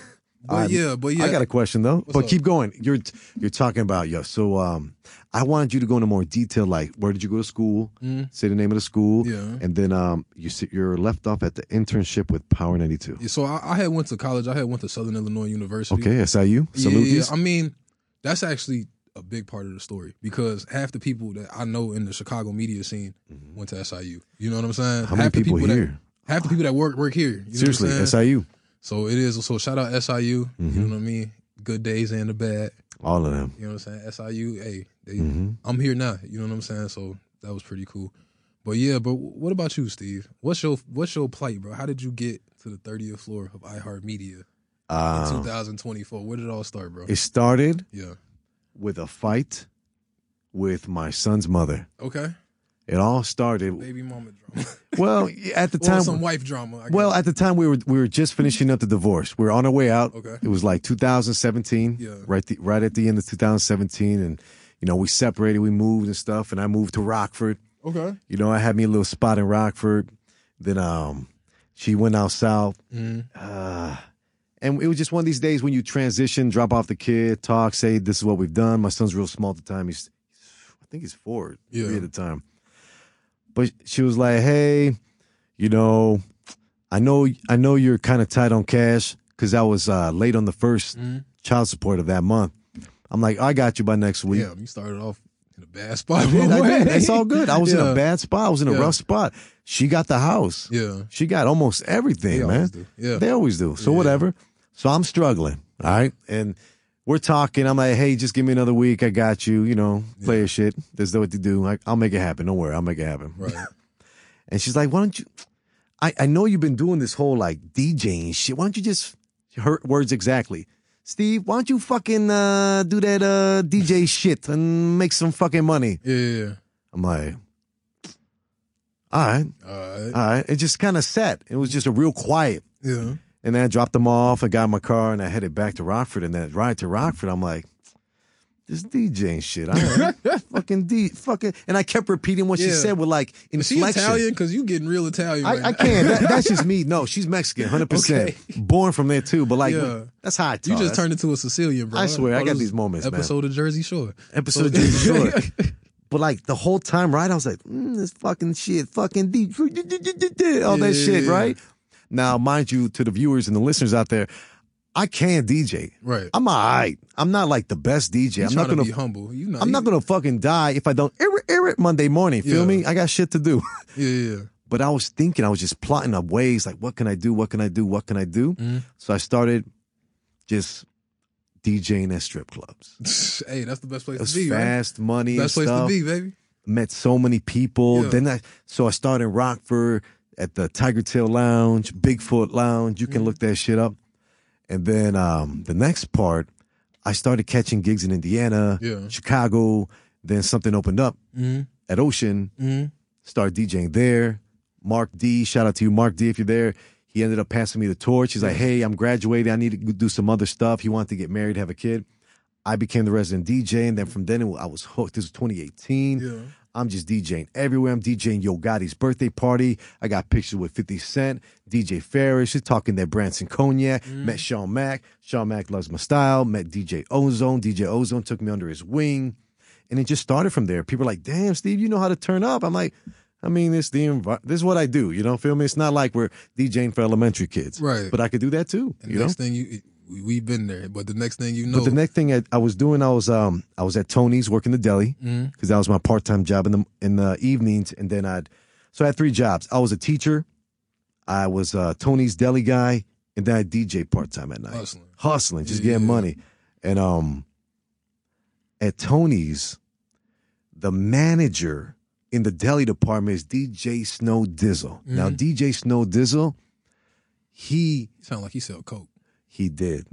Speaker 1: But
Speaker 2: I'm-
Speaker 1: yeah, but yeah,
Speaker 2: I got a question though, but
Speaker 1: up?
Speaker 2: keep going. You're you're talking about yo. So um, I wanted you to go into more detail, like where did you go to school?
Speaker 1: Mm.
Speaker 2: Say the name of the school,
Speaker 1: Yeah.
Speaker 2: and then um, you sit, you're left off at the internship with Power ninety two.
Speaker 1: Yeah, so I, I had went to college. I had went to Southern Illinois University.
Speaker 2: Okay, SIU.
Speaker 1: Yeah,
Speaker 2: Salute
Speaker 1: yeah,
Speaker 2: you.
Speaker 1: I mean, that's actually a big part of the story because half the people that I know in the Chicago media scene went to SIU. You know what I'm saying?
Speaker 2: Mm-hmm. How many
Speaker 1: half the
Speaker 2: people,
Speaker 1: that-
Speaker 2: here?
Speaker 1: half the people that work work here. You know what I'm
Speaker 2: Seriously,
Speaker 1: saying?
Speaker 2: SIU.
Speaker 1: so it is. So shout out SIU.
Speaker 2: Mm-hmm.
Speaker 1: You know what I mean? Good days and the bad.
Speaker 2: All of them.
Speaker 1: You know what I'm saying? SIU. Hey, they,
Speaker 2: hmm
Speaker 1: I'm here now. You know what I'm saying? So that was pretty cool. But yeah, but what about you, Steve? What's your what's your plight, bro? How did you get to the 30th floor of iHeartMedia in
Speaker 2: Um,
Speaker 1: 2024? Where did it all start, bro?
Speaker 2: it started
Speaker 1: Yeah.
Speaker 2: with a fight with my son's mother.
Speaker 1: Okay.
Speaker 2: It all started.
Speaker 1: Baby mama drama.
Speaker 2: Well, at the
Speaker 1: or
Speaker 2: time,
Speaker 1: some wife drama. I guess.
Speaker 2: Well, at the time we were we were just finishing up the divorce. We were on our way out.
Speaker 1: Okay.
Speaker 2: It was like 2017.
Speaker 1: Yeah.
Speaker 2: Right the, right at the end of 2017 and you know, we separated, we moved and stuff and I moved to Rockford.
Speaker 1: okay.
Speaker 2: You know, I had me a little spot in Rockford. Then um she went out south. Uh and it was just one of these days when you transition, drop off the kid, talk, say this is what we've done. My son's real small at the time. He's, I think he's four,
Speaker 1: Yeah.
Speaker 2: three at the time. But she was like, "Hey, you know, I know, I know you're kind of tight on cash because I was uh, late on the 1st
Speaker 1: Mm-hmm.
Speaker 2: child support of that month. I'm like, I got you by next week.
Speaker 1: Damn, you started off in a bad spot.
Speaker 2: Dude,
Speaker 1: my
Speaker 2: I did.
Speaker 1: way.
Speaker 2: That's all good. I was in
Speaker 1: Yeah.
Speaker 2: a bad spot. I was in a
Speaker 1: Yeah.
Speaker 2: rough spot. She got the house.
Speaker 1: Yeah.
Speaker 2: She got almost everything,
Speaker 1: They
Speaker 2: man.
Speaker 1: always do. Yeah.
Speaker 2: They always do. So whatever. So I'm struggling. All right. And We're talking. I'm like, hey, just give me another week. I got you. You know, play your shit. There's no what to do. Like, I'll make it happen. Don't worry. I'll make it happen.
Speaker 1: Right.
Speaker 2: And she's like, why don't you? I, I know you've been doing this whole like DJing shit. Why don't you just, her words exactly. Steve, why don't you fucking uh, do that uh, DJ shit and make some fucking money?
Speaker 1: Yeah, yeah,
Speaker 2: I'm like, all right,
Speaker 1: yeah. All right.
Speaker 2: all right. It just kind of set. It was just a real quiet.
Speaker 1: Yeah.
Speaker 2: And then I dropped them off. I got in my car and I headed back to Rockford. And that ride to Rockford, I'm like, this DJing shit. all right. fucking D, fucking. And I kept repeating what she
Speaker 1: Yeah.
Speaker 2: said with like
Speaker 1: Is she
Speaker 2: inflection.
Speaker 1: Italian? Because you getting real Italian. right
Speaker 2: I, I
Speaker 1: now.
Speaker 2: can. That, that's just me. No, she's Mexican, hundred percent. Born from there too, but like
Speaker 1: Yeah.
Speaker 2: that's how I talk.
Speaker 1: You just
Speaker 2: That's
Speaker 1: turned into a Sicilian, bro.
Speaker 2: I swear, I
Speaker 1: All
Speaker 2: got
Speaker 1: those
Speaker 2: these moments, man.
Speaker 1: Episode of Jersey Shore.
Speaker 2: episode of Jersey Shore. But like the whole time, right? I was like, mm, this fucking shit, fucking deep, all that
Speaker 1: Yeah.
Speaker 2: shit, right? Now, mind you, to the viewers and the listeners out there, I can DJ.
Speaker 1: Right.
Speaker 2: I'm alright. I'm not like the best DJ.
Speaker 1: You
Speaker 2: I'm not
Speaker 1: trying
Speaker 2: gonna.
Speaker 1: to be humble. You know,
Speaker 2: I'm not gonna fucking die if I don't. Irrit, irrit Monday morning. Feel
Speaker 1: Yeah.
Speaker 2: me? I got shit to do.
Speaker 1: Yeah, yeah.
Speaker 2: But I was thinking, I was just plotting up ways like, what can I do? What can I do? What can I do?
Speaker 1: Mm-hmm.
Speaker 2: So I started just DJing at strip clubs. It
Speaker 1: yeah. hey, that's the best place
Speaker 2: was
Speaker 1: to be, right?
Speaker 2: fast money.
Speaker 1: Best
Speaker 2: and
Speaker 1: place
Speaker 2: stuff.
Speaker 1: to be, baby.
Speaker 2: Met so many people.
Speaker 1: Yeah.
Speaker 2: Then I, so I started in Rockford at the Tiger Tail Lounge, Bigfoot Lounge. You can
Speaker 1: Mm-hmm.
Speaker 2: look that shit up. And then um, the next part, I started catching gigs in Indiana,
Speaker 1: Yeah. Mm-hmm.
Speaker 2: Chicago. Then something opened up at Ocean
Speaker 1: Mhm.
Speaker 2: started DJing there. Mark D, shout out to you, Mark D, if you're there. He ended up passing me the torch. He's like, hey, I'm graduating. I need to do some other stuff. He wanted to get married, have a kid. I became the resident DJ. And then from then, I was hooked. This was 2018.
Speaker 1: Yeah.
Speaker 2: I'm just DJing everywhere. I'm DJing Yo Gotti's birthday party. I got pictures with 50 Cent, DJ Ferris. She's talking that Branson Cognac.
Speaker 1: Mm.
Speaker 2: Met Sean Mack. Sean Mack loves my style. Met DJ Ozone. DJ Ozone took me under his wing. And it just started from there. People are like, damn, Steve, you know how to turn up. I'm like, I mean, it's the envi- this is what I do. You know, feel me? It's not like we're DJing for elementary kids.
Speaker 1: Right.
Speaker 2: But I could do that too.
Speaker 1: And
Speaker 2: you know?
Speaker 1: next thing you, we- we've been there, but the next thing you know,
Speaker 2: But the next thing I, I was doing, I was um I was at Tony's working the deli because that was my part time job in the in the evenings, and then I'd so I had three jobs. I was a teacher, I was uh, Tony's deli guy, and then I DJ part time at night,
Speaker 1: Hustling.
Speaker 2: hustling, just
Speaker 1: Yeah.
Speaker 2: getting money. And um, at Tony's, the manager in the deli department is DJ Snow Dizzle.
Speaker 1: Mm-hmm.
Speaker 2: Now DJ Snow Dizzle, he
Speaker 1: sound like he sell coke.
Speaker 2: he did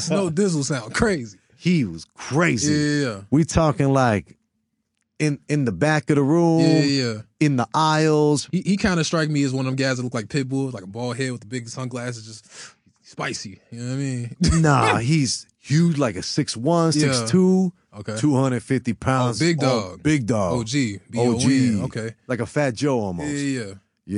Speaker 1: Snow Dizzle sound crazy.
Speaker 2: he was crazy.
Speaker 1: Yeah,
Speaker 2: We talking like in in the back of the room,
Speaker 1: yeah, yeah, yeah.
Speaker 2: in the aisles.
Speaker 1: He he kind of strike me as one of them guys that look like Pitbull, like a bald head with the big sunglasses, just spicy. You know what I mean?
Speaker 2: Nah, he's huge, like a 6'1",
Speaker 1: Yeah.
Speaker 2: 6'2",
Speaker 1: Okay.
Speaker 2: 250 pounds.
Speaker 1: big
Speaker 2: Oh,
Speaker 1: dog.
Speaker 2: big dog.
Speaker 1: OG, B-O-N.
Speaker 2: OG.
Speaker 1: Okay.
Speaker 2: Like a Fat Joe
Speaker 1: Yeah,
Speaker 2: almost.
Speaker 1: yeah. yeah.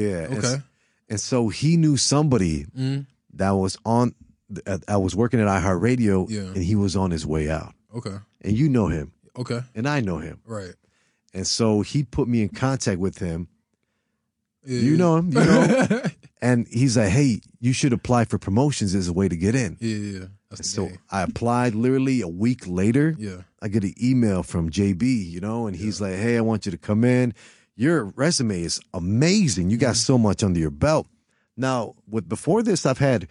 Speaker 2: Yeah. And, s-
Speaker 1: Okay.
Speaker 2: and so he knew somebody
Speaker 1: Mm.
Speaker 2: that was on, that I was working at iHeartRadio
Speaker 1: Yeah.
Speaker 2: and he was on his way out.
Speaker 1: Okay.
Speaker 2: And you know him
Speaker 1: Okay.
Speaker 2: and I know him.
Speaker 1: Right.
Speaker 2: And so he put me in contact with him.
Speaker 1: Yeah,
Speaker 2: You
Speaker 1: yeah.
Speaker 2: know him, you know him.
Speaker 1: yeah,
Speaker 2: And he's like, hey, you should apply for promotions as a way to get in.
Speaker 1: yeah. That's the
Speaker 2: So
Speaker 1: game.
Speaker 2: I applied literally a week later.
Speaker 1: Yeah.
Speaker 2: I get an email from JB, you know, and he's like, hey, I want you to come in. Your resume is amazing. You got
Speaker 1: Mm-hmm.
Speaker 2: so much under your belt. Now, with before this, I've had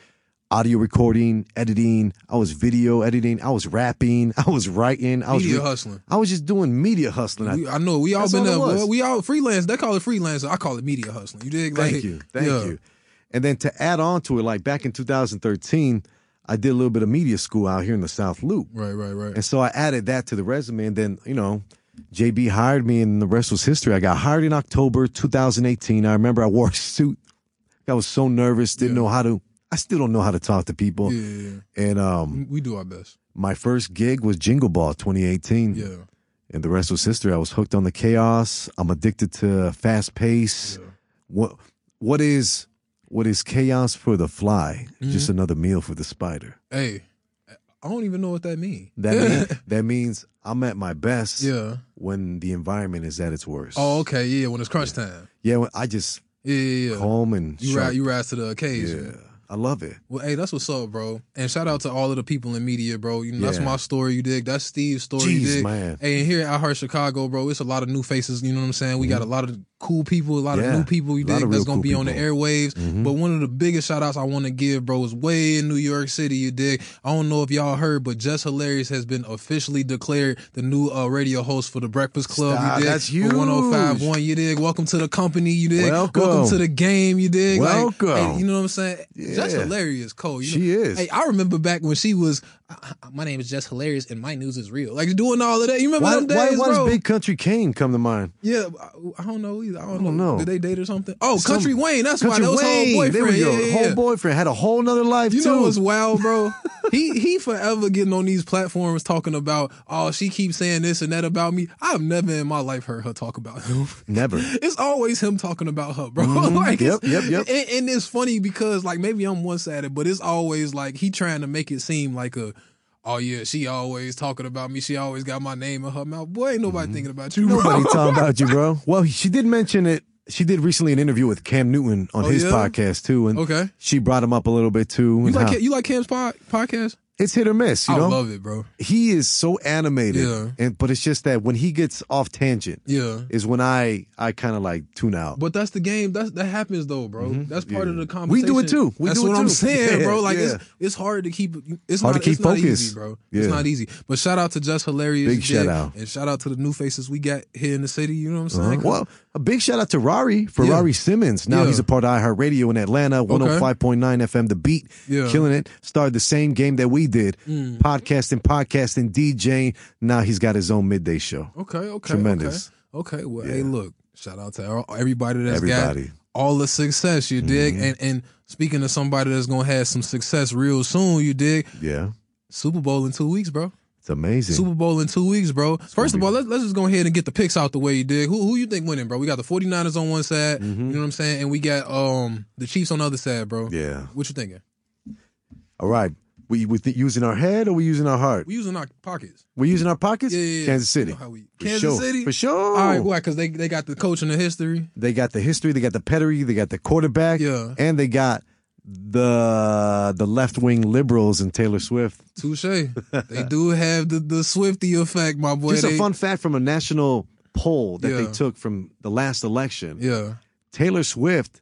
Speaker 2: audio recording, editing, I was video editing, I was rapping, I was writing, I was
Speaker 1: Media
Speaker 2: re-
Speaker 1: hustling.
Speaker 2: I was just doing media hustling. I
Speaker 1: We, I know we all
Speaker 2: That's
Speaker 1: been there.
Speaker 2: all it was.
Speaker 1: boy. We all freelance. They call it freelancer. I call it media hustling. You dig?
Speaker 2: Thank
Speaker 1: Like,
Speaker 2: you. Thank
Speaker 1: yeah.
Speaker 2: you. And then to add on to it, like back in 2013, I did a little bit of media school out here in the South Loop.
Speaker 1: Right, right, right.
Speaker 2: And so I added that to the resume. And then, you know, JB hired me and the rest was history. I got hired in October 2018. I remember I wore a suit. I was so nervous, didn't know how to, I still don't know how to talk to people.
Speaker 1: Yeah, yeah, yeah.
Speaker 2: And um,
Speaker 1: We- we do our best.
Speaker 2: my first gig was Jingle Ball 2018.
Speaker 1: Yeah,
Speaker 2: And the rest was history. I was hooked on the chaos. I'm addicted to fast pace.
Speaker 1: yeah.
Speaker 2: What what is what is chaos for the fly?
Speaker 1: Mm-hmm.
Speaker 2: Just another meal for the spider.
Speaker 1: Hey, I don't even know what that means.
Speaker 2: That mean, that means I'm at my best
Speaker 1: yeah.
Speaker 2: when the environment is at its worst.
Speaker 1: Oh, okay. Yeah, when it's crunch time.
Speaker 2: yeah. When I just
Speaker 1: Yeah, yeah, yeah.
Speaker 2: calm and
Speaker 1: You
Speaker 2: sharp.
Speaker 1: ride, you rise to the occasion.
Speaker 2: Yeah. I love it.
Speaker 1: Well, hey, that's what's up, bro. And shout out to all of the people in media, bro. You know, that's
Speaker 2: Yeah.
Speaker 1: my story, you dig. That's Steve's story, Oh, you
Speaker 2: Jeez,
Speaker 1: dig.
Speaker 2: man.
Speaker 1: Hey, and here at I Heart Chicago, bro, it's a lot of new faces. You know what I'm saying? We got a lot of cool people, a lot
Speaker 2: Mm-hmm. Yeah.
Speaker 1: of new people, you
Speaker 2: A lot
Speaker 1: dig,
Speaker 2: of
Speaker 1: that's
Speaker 2: real
Speaker 1: gonna
Speaker 2: cool
Speaker 1: be on the
Speaker 2: people.
Speaker 1: airwaves.
Speaker 2: Mhm.
Speaker 1: But one of the biggest shout outs I want to give, bro, is way in New York City, you dig. I don't know if y'all heard, but Jess Hilarious has been officially declared the new uh, radio host for the Breakfast Club,
Speaker 2: Stop,
Speaker 1: you dig.
Speaker 2: that's
Speaker 1: For 1051, you dig. Welcome to the company, you dig.
Speaker 2: Welcome.
Speaker 1: to the game, you dig. Like,
Speaker 2: Welcome.
Speaker 1: hey, you know what I'm saying? Jess
Speaker 2: Yeah.
Speaker 1: Hilarious, Cole. You know,
Speaker 2: She is.
Speaker 1: Hey, I remember back when she was, I, I- my name is Jess Hilarious and my news is real. Like doing all of that. You remember
Speaker 2: Why,
Speaker 1: them days,
Speaker 2: why, why
Speaker 1: bro?
Speaker 2: does Big Country Kane come to mind?
Speaker 1: yeah, I, I don't know either. I don't,
Speaker 2: don't
Speaker 1: know.
Speaker 2: know.
Speaker 1: Did they date or something? Oh,
Speaker 2: Some-
Speaker 1: Country Wayne. That's
Speaker 2: Country
Speaker 1: why. That was
Speaker 2: Wayne,
Speaker 1: whole
Speaker 2: there
Speaker 1: boyfriend.
Speaker 2: we go.
Speaker 1: Yeah, yeah,
Speaker 2: whole
Speaker 1: yeah.
Speaker 2: boyfriend had a whole nother life
Speaker 1: You
Speaker 2: too.
Speaker 1: know what's wild, bro? he he forever getting on these platforms talking about, oh, she keeps saying this and that about me. I've never in my life heard her talk about him.
Speaker 2: Never.
Speaker 1: It's always him talking about her, bro.
Speaker 2: Mhm.
Speaker 1: like, it's-
Speaker 2: Yep, yep, yep.
Speaker 1: And, and it's funny because like maybe I'm one sided, but it's always like he trying to make it seem like a, oh yeah, she always talking about me. She always got my name in her mouth. Boy, ain't nobody thinking about you, bro.
Speaker 2: Mm-hmm. Nobody talking about you, bro. Well, she did mention it. She did recently an interview with Cam Newton on
Speaker 1: Oh,
Speaker 2: his
Speaker 1: yeah?
Speaker 2: podcast too, and
Speaker 1: okay,
Speaker 2: she brought him up a little bit too.
Speaker 1: you
Speaker 2: and
Speaker 1: like
Speaker 2: how-
Speaker 1: Cam- you like Cam's pod, podcast?
Speaker 2: it's hit or miss, you
Speaker 1: I
Speaker 2: know.
Speaker 1: love it, bro.
Speaker 2: he is so animated,
Speaker 1: Yeah.
Speaker 2: and but it's just that when he gets off tangent
Speaker 1: Yeah.
Speaker 2: is when I I kind of like tune out.
Speaker 1: But that's the game. That's that happens though, bro. That's part of
Speaker 2: Yeah.
Speaker 1: the
Speaker 2: We
Speaker 1: conversation.
Speaker 2: do it too. We
Speaker 1: that's
Speaker 2: do it
Speaker 1: what I'm
Speaker 2: too.
Speaker 1: saying,
Speaker 2: Yeah,
Speaker 1: bro. Like
Speaker 2: yeah.
Speaker 1: it's it's hard to keep. It's
Speaker 2: Hard
Speaker 1: not,
Speaker 2: to keep
Speaker 1: it's not
Speaker 2: focus.
Speaker 1: easy, bro.
Speaker 2: Yeah.
Speaker 1: It's not easy. But shout out to Just Hilarious.
Speaker 2: Big
Speaker 1: Jig,
Speaker 2: shout out.
Speaker 1: and shout out to the new faces we got here in the city. You know what I'm
Speaker 2: Uh-huh.
Speaker 1: saying?
Speaker 2: Well, a big shout out to Rari for
Speaker 1: Yeah.
Speaker 2: Rari Simmons. Now
Speaker 1: Yeah.
Speaker 2: he's a part of iHeartRadio in Atlanta, 105.9 FM, The Beat,
Speaker 1: Yeah. Mm.
Speaker 2: killing it. Started the same game that we did, podcasting, podcasting, DJing. Now he's got his own midday show.
Speaker 1: Okay, okay,
Speaker 2: Tremendous.
Speaker 1: Okay, okay. well, hey, look, shout out to all- everybody that's
Speaker 2: Everybody. Mm-hmm.
Speaker 1: got all the success. You dig? And and speaking of somebody that's gonna have some success real soon, you dig?
Speaker 2: Yeah,
Speaker 1: Super Bowl in two weeks, bro.
Speaker 2: it's amazing.
Speaker 1: Super Bowl in two weeks, bro. First of all, let's, let's just go ahead and get the picks out the way you dig. Who who you think winning, bro? We got the 49ers on one side, you know what I'm saying? And we got um the Chiefs on the other side, bro.
Speaker 2: Mm-hmm. yeah.
Speaker 1: What you thinking?
Speaker 2: All right. We we th- using our head or we using our heart?
Speaker 1: We using our pockets.
Speaker 2: We using our pockets.
Speaker 1: Yeah, yeah, yeah.
Speaker 2: Kansas City.
Speaker 1: You know how we-
Speaker 2: For
Speaker 1: Kansas
Speaker 2: sure.
Speaker 1: City?
Speaker 2: For sure.
Speaker 1: All right, why? Because they, they got the coach and the history.
Speaker 2: They got the history, they got the pedigree, they got the quarterback,
Speaker 1: Yeah.
Speaker 2: and they got the the left wing liberals and Taylor Swift.
Speaker 1: Touche. they do have the, the Swifty effect, my boy.
Speaker 2: Just a
Speaker 1: They-
Speaker 2: fun fact from a national poll that they
Speaker 1: Yeah.
Speaker 2: took from the last election.
Speaker 1: Yeah.
Speaker 2: Taylor Swift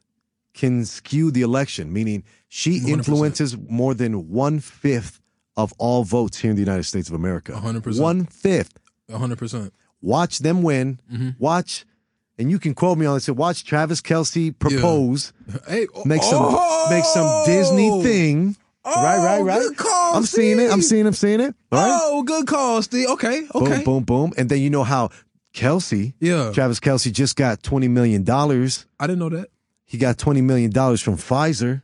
Speaker 2: can skew the election, meaning she
Speaker 1: 100%.
Speaker 2: influences more than one fifth of all votes here in the United States of America.
Speaker 1: 100%.
Speaker 2: One fifth.
Speaker 1: hundred percent.
Speaker 2: Watch them win.
Speaker 1: Mm-hmm.
Speaker 2: Watch, and you can quote me on this. Watch Travis Kelsey propose.
Speaker 1: Hey, oh,
Speaker 2: make some
Speaker 1: oh!
Speaker 2: make some Disney thing.
Speaker 1: Oh,
Speaker 2: right, right, right.
Speaker 1: good call,
Speaker 2: I'm seeing it. I'm
Speaker 1: Steve.
Speaker 2: seeing. I'm seeing it. All right.
Speaker 1: Oh, good call, Steve. Okay, okay.
Speaker 2: Boom, boom, boom. And then you know how Kelsey,
Speaker 1: Yeah.
Speaker 2: Travis Kelsey, just got twenty million dollars.
Speaker 1: I didn't know that.
Speaker 2: He got twenty million dollars from Pfizer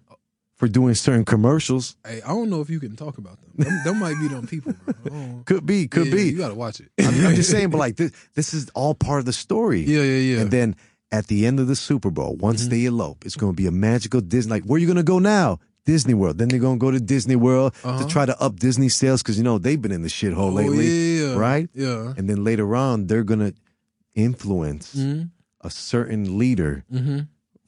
Speaker 2: for doing certain commercials.
Speaker 1: Hey, I don't know if you can talk about them. Them, them might be them people. Bro. I don't-
Speaker 2: Could be. Could
Speaker 1: Yeah,
Speaker 2: be.
Speaker 1: You gotta watch it.
Speaker 2: I'm, I'm just saying. But like this, this is all part of the story.
Speaker 1: yeah, yeah, Mm-hmm. yeah.
Speaker 2: And then at the end of the Super Bowl, once they elope, it's going to be a magical Disney. Like, where you going to go now? Disney World. Then they're going to go to Disney World to try to up Disney sales because, you know, they've been in the shithole
Speaker 1: Uh-huh. oh,
Speaker 2: lately.
Speaker 1: yeah,
Speaker 2: Right?
Speaker 1: Yeah.
Speaker 2: And then later on, they're going to influence
Speaker 1: Mm-hmm.
Speaker 2: a certain leader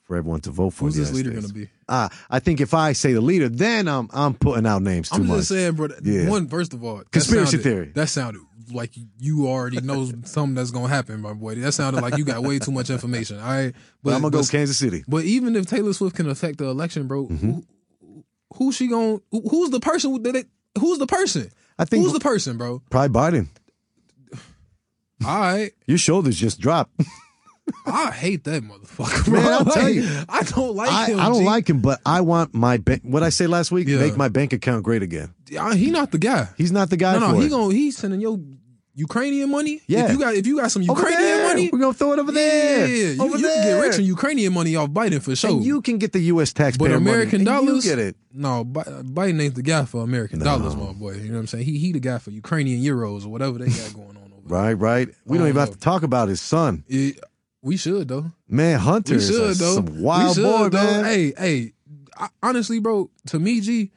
Speaker 2: for everyone to vote for.
Speaker 1: Who's
Speaker 2: in the
Speaker 1: this leader
Speaker 2: United
Speaker 1: gonna
Speaker 2: States.
Speaker 1: be?
Speaker 2: Ah, I think if I say the leader, then I'm, I'm putting out names too
Speaker 1: I'm
Speaker 2: much.
Speaker 1: just saying, bro. that-
Speaker 2: Yeah.
Speaker 1: One, first of all, that
Speaker 2: Conspiracy
Speaker 1: sounded-
Speaker 2: theory.
Speaker 1: That sounded like you already know something that's gonna happen, my boy. That sounded like you got way too much information. All right,
Speaker 2: but I'm going to go
Speaker 1: but,
Speaker 2: Kansas City.
Speaker 1: but even if Taylor Swift can affect the election, bro,
Speaker 2: Mm-hmm.
Speaker 1: who, who's she going? to Who's the person that? It, who's the person?
Speaker 2: I think
Speaker 1: who's the person, bro?
Speaker 2: probably Biden.
Speaker 1: All right.
Speaker 2: Your shoulders just dropped.
Speaker 1: I hate that motherfucker.
Speaker 2: Man,
Speaker 1: bro.
Speaker 2: I'll tell you.
Speaker 1: I don't like
Speaker 2: I,
Speaker 1: him.
Speaker 2: I don't
Speaker 1: G.
Speaker 2: like him, but I want my bank. What I say last week,
Speaker 1: Yeah.
Speaker 2: make my bank account great again.
Speaker 1: I- He not the guy.
Speaker 2: He's not the guy
Speaker 1: no,
Speaker 2: for
Speaker 1: no, he
Speaker 2: it.
Speaker 1: going he sending your Ukrainian money.
Speaker 2: Yeah.
Speaker 1: if you got if you got some
Speaker 2: over
Speaker 1: Ukrainian
Speaker 2: there.
Speaker 1: money,
Speaker 2: We're gonna throw it over there.
Speaker 1: yeah, you,
Speaker 2: over
Speaker 1: you
Speaker 2: there.
Speaker 1: can get rich in Ukrainian money off Biden for sure.
Speaker 2: And you can get the U.S. taxpayer
Speaker 1: but American
Speaker 2: money, and
Speaker 1: dollars,
Speaker 2: You get it.
Speaker 1: No, Bi- Biden ain't the guy for American dollars, my boy. You know what I'm saying? He he the guy for Ukrainian euros or whatever they got going on over there.
Speaker 2: Right, right. We don't
Speaker 1: Oh,
Speaker 2: even have
Speaker 1: no.
Speaker 2: to talk about his son,
Speaker 1: Yeah, we should though.
Speaker 2: man. Hunter
Speaker 1: We
Speaker 2: is a-
Speaker 1: should though.
Speaker 2: some wild
Speaker 1: we should,
Speaker 2: boy,
Speaker 1: though.
Speaker 2: man.
Speaker 1: Hey, hey. I, honestly, bro, to me, G,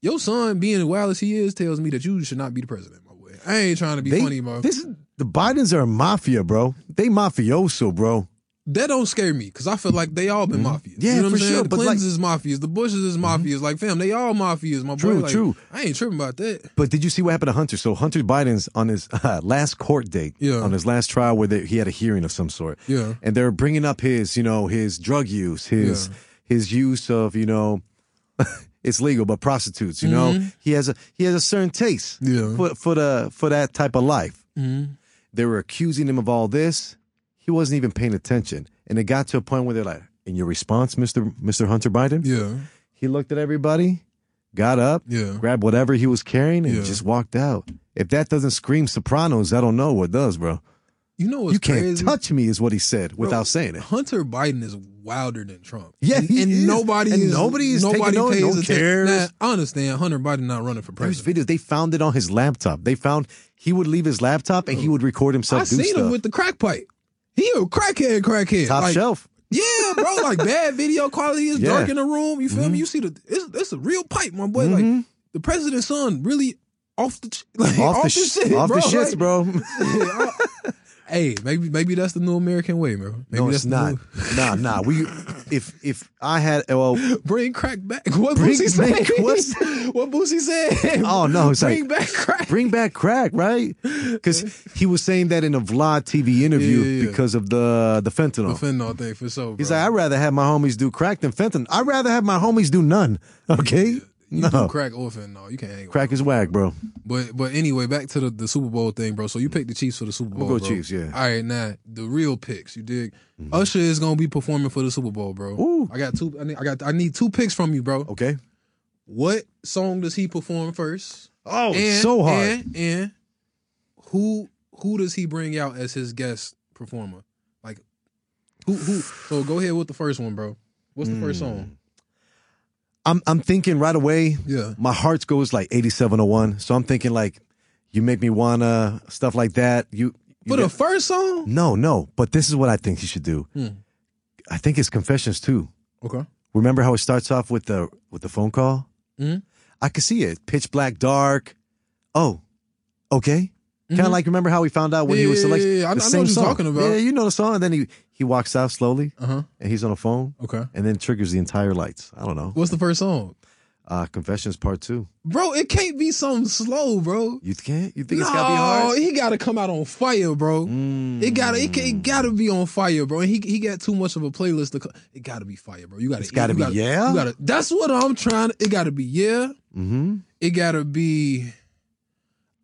Speaker 1: your son being wild as he is tells me that you should not be the president, my boy. I ain't trying to be
Speaker 2: They-
Speaker 1: funny, bro.
Speaker 2: this is the Bidens are a mafia, bro. They mafioso, bro.
Speaker 1: that don't scare me because I feel like they all been mafias.
Speaker 2: Mm-hmm.
Speaker 1: you
Speaker 2: Yeah,
Speaker 1: know what
Speaker 2: for
Speaker 1: I'm saying?
Speaker 2: sure,
Speaker 1: The
Speaker 2: but like- Mm-hmm.
Speaker 1: Clintons is mafias, the Bushes is mafias. Like, fam, they all mafias. My
Speaker 2: True,
Speaker 1: boy, like,
Speaker 2: true.
Speaker 1: I ain't tripping about that.
Speaker 2: But did you see what happened to Hunter? So Hunter Biden's on his uh, last court date,
Speaker 1: Yeah.
Speaker 2: on his last trial, where they, he had a hearing of some sort.
Speaker 1: Yeah.
Speaker 2: and they're bringing up his, you know, his drug use, his
Speaker 1: Yeah.
Speaker 2: his use of, you know, it's legal, but prostitutes. You know, he has a he has a certain taste
Speaker 1: Mm-hmm. Yeah. Mm-hmm.
Speaker 2: for for the for that type of life. They were accusing him of all this. He wasn't even paying attention, and it got to a point where they're like, "In your response, Mister Mister Hunter Biden,"
Speaker 1: Yeah,
Speaker 2: he looked at everybody, got up,
Speaker 1: yeah.
Speaker 2: grabbed whatever he was carrying and
Speaker 1: Yeah.
Speaker 2: just walked out. If that doesn't scream Sopranos, I don't know what does, bro.
Speaker 1: You know what's
Speaker 2: you can't
Speaker 1: crazy?
Speaker 2: touch me, is what he said without saying it.
Speaker 1: Hunter Biden is wilder than Trump.
Speaker 2: Yeah,
Speaker 1: and,
Speaker 2: he
Speaker 1: and
Speaker 2: is.
Speaker 1: nobody
Speaker 2: And
Speaker 1: is,
Speaker 2: nobody is
Speaker 1: nobody
Speaker 2: taking on-
Speaker 1: pays
Speaker 2: don't
Speaker 1: attention.
Speaker 2: cares.
Speaker 1: Nah, I understand Hunter Biden not running for
Speaker 2: There's
Speaker 1: president.
Speaker 2: videos. They found it on his laptop. They found he would leave his laptop and he would record himself
Speaker 1: I
Speaker 2: do
Speaker 1: seen
Speaker 2: stuff.
Speaker 1: him with the crack pipe. He a crackhead, crackhead.
Speaker 2: Top
Speaker 1: like,
Speaker 2: shelf.
Speaker 1: Yeah, bro. Like bad video quality is
Speaker 2: Yeah. Mm-hmm.
Speaker 1: dark in the room. You feel me? You see the it's, it's a real pipe, my boy. Like
Speaker 2: Mhm.
Speaker 1: the president's son really off the ch- like, off, the,
Speaker 2: sh-
Speaker 1: shit,
Speaker 2: off
Speaker 1: bro.
Speaker 2: the shits,
Speaker 1: Like,
Speaker 2: bro.
Speaker 1: yeah, I- hey, maybe maybe that's the new American way, bro. Maybe
Speaker 2: no,
Speaker 1: that's
Speaker 2: it's
Speaker 1: the
Speaker 2: not.
Speaker 1: new-
Speaker 2: nah, nah. We if if I had well,
Speaker 1: Bring crack back. What
Speaker 2: Bring
Speaker 1: Boosie said?
Speaker 2: back what's-
Speaker 1: what Boosie said?
Speaker 2: Oh, no, it's
Speaker 1: bring
Speaker 2: like-
Speaker 1: back crack.
Speaker 2: bring back crack, right? Because he was saying that in a Vlad TV interview
Speaker 1: Yeah, yeah, yeah.
Speaker 2: because of the the fentanyl.
Speaker 1: the fentanyl thing for sure. Bro.
Speaker 2: He's like, I'd rather have my homies do crack than fentanyl. I'd rather have my homies do none. Okay?
Speaker 1: you do
Speaker 2: No.
Speaker 1: crack or fentanyl. You can't hang. Crack.
Speaker 2: Crack is whack, bro.
Speaker 1: But but anyway, back to the, the Super Bowl thing, bro. So you picked the Chiefs for the Super Bowl.
Speaker 2: go
Speaker 1: bro.
Speaker 2: Chiefs, yeah. Mm-hmm.
Speaker 1: All right, now the real picks. You dig? Usher is gonna be performing for the Super Bowl, bro.
Speaker 2: Ooh. Oh.
Speaker 1: I got two. I need, I got. I need two picks from you, bro.
Speaker 2: Okay?
Speaker 1: What song does he perform first?
Speaker 2: Oh,
Speaker 1: And-
Speaker 2: so hard.
Speaker 1: And, and who who does he bring out as his guest performer? Like who who? So go ahead with the first one, bro. What's the first song?
Speaker 2: I'm, I'm thinking right away,
Speaker 1: Yeah.
Speaker 2: my heart goes like 8701. So I'm thinking like, you make me wanna, stuff like that. You, you
Speaker 1: For the
Speaker 2: get-
Speaker 1: first song?
Speaker 2: No, no. But this is what I think he should do.
Speaker 1: Hmm.
Speaker 2: I think it's confessions too.
Speaker 1: Okay.
Speaker 2: Remember how it starts off with the with the phone call?
Speaker 1: Mhm.
Speaker 2: I could see it. Pitch black, dark. Oh, okay. Kind of like remember how we found out when he was
Speaker 1: Mm-hmm. Yeah, yeah,
Speaker 2: selected.
Speaker 1: yeah, yeah. I- I know
Speaker 2: the
Speaker 1: what
Speaker 2: same
Speaker 1: you're
Speaker 2: song.
Speaker 1: talking about.
Speaker 2: Yeah, you know the song. And then he he walks out slowly,
Speaker 1: Uh huh.
Speaker 2: and he's on the phone,
Speaker 1: Okay.
Speaker 2: and then triggers the entire lights. I don't know.
Speaker 1: What's the first song?
Speaker 2: Uh, Confessions Part Two.
Speaker 1: Bro, it can't be something slow, bro.
Speaker 2: You can't. You think
Speaker 1: no,
Speaker 2: it's gotta be hard? Mm.
Speaker 1: he gotta come out on fire, bro. It gotta, it, ca- it gotta be on fire, bro. And he he got too much of a playlist. To co- it gotta be fire, bro. You gotta,
Speaker 2: It's gotta
Speaker 1: you
Speaker 2: be yeah?
Speaker 1: You gotta, that's what I'm trying. to- It gotta be yeah.
Speaker 2: Mm-hmm.
Speaker 1: It gotta be.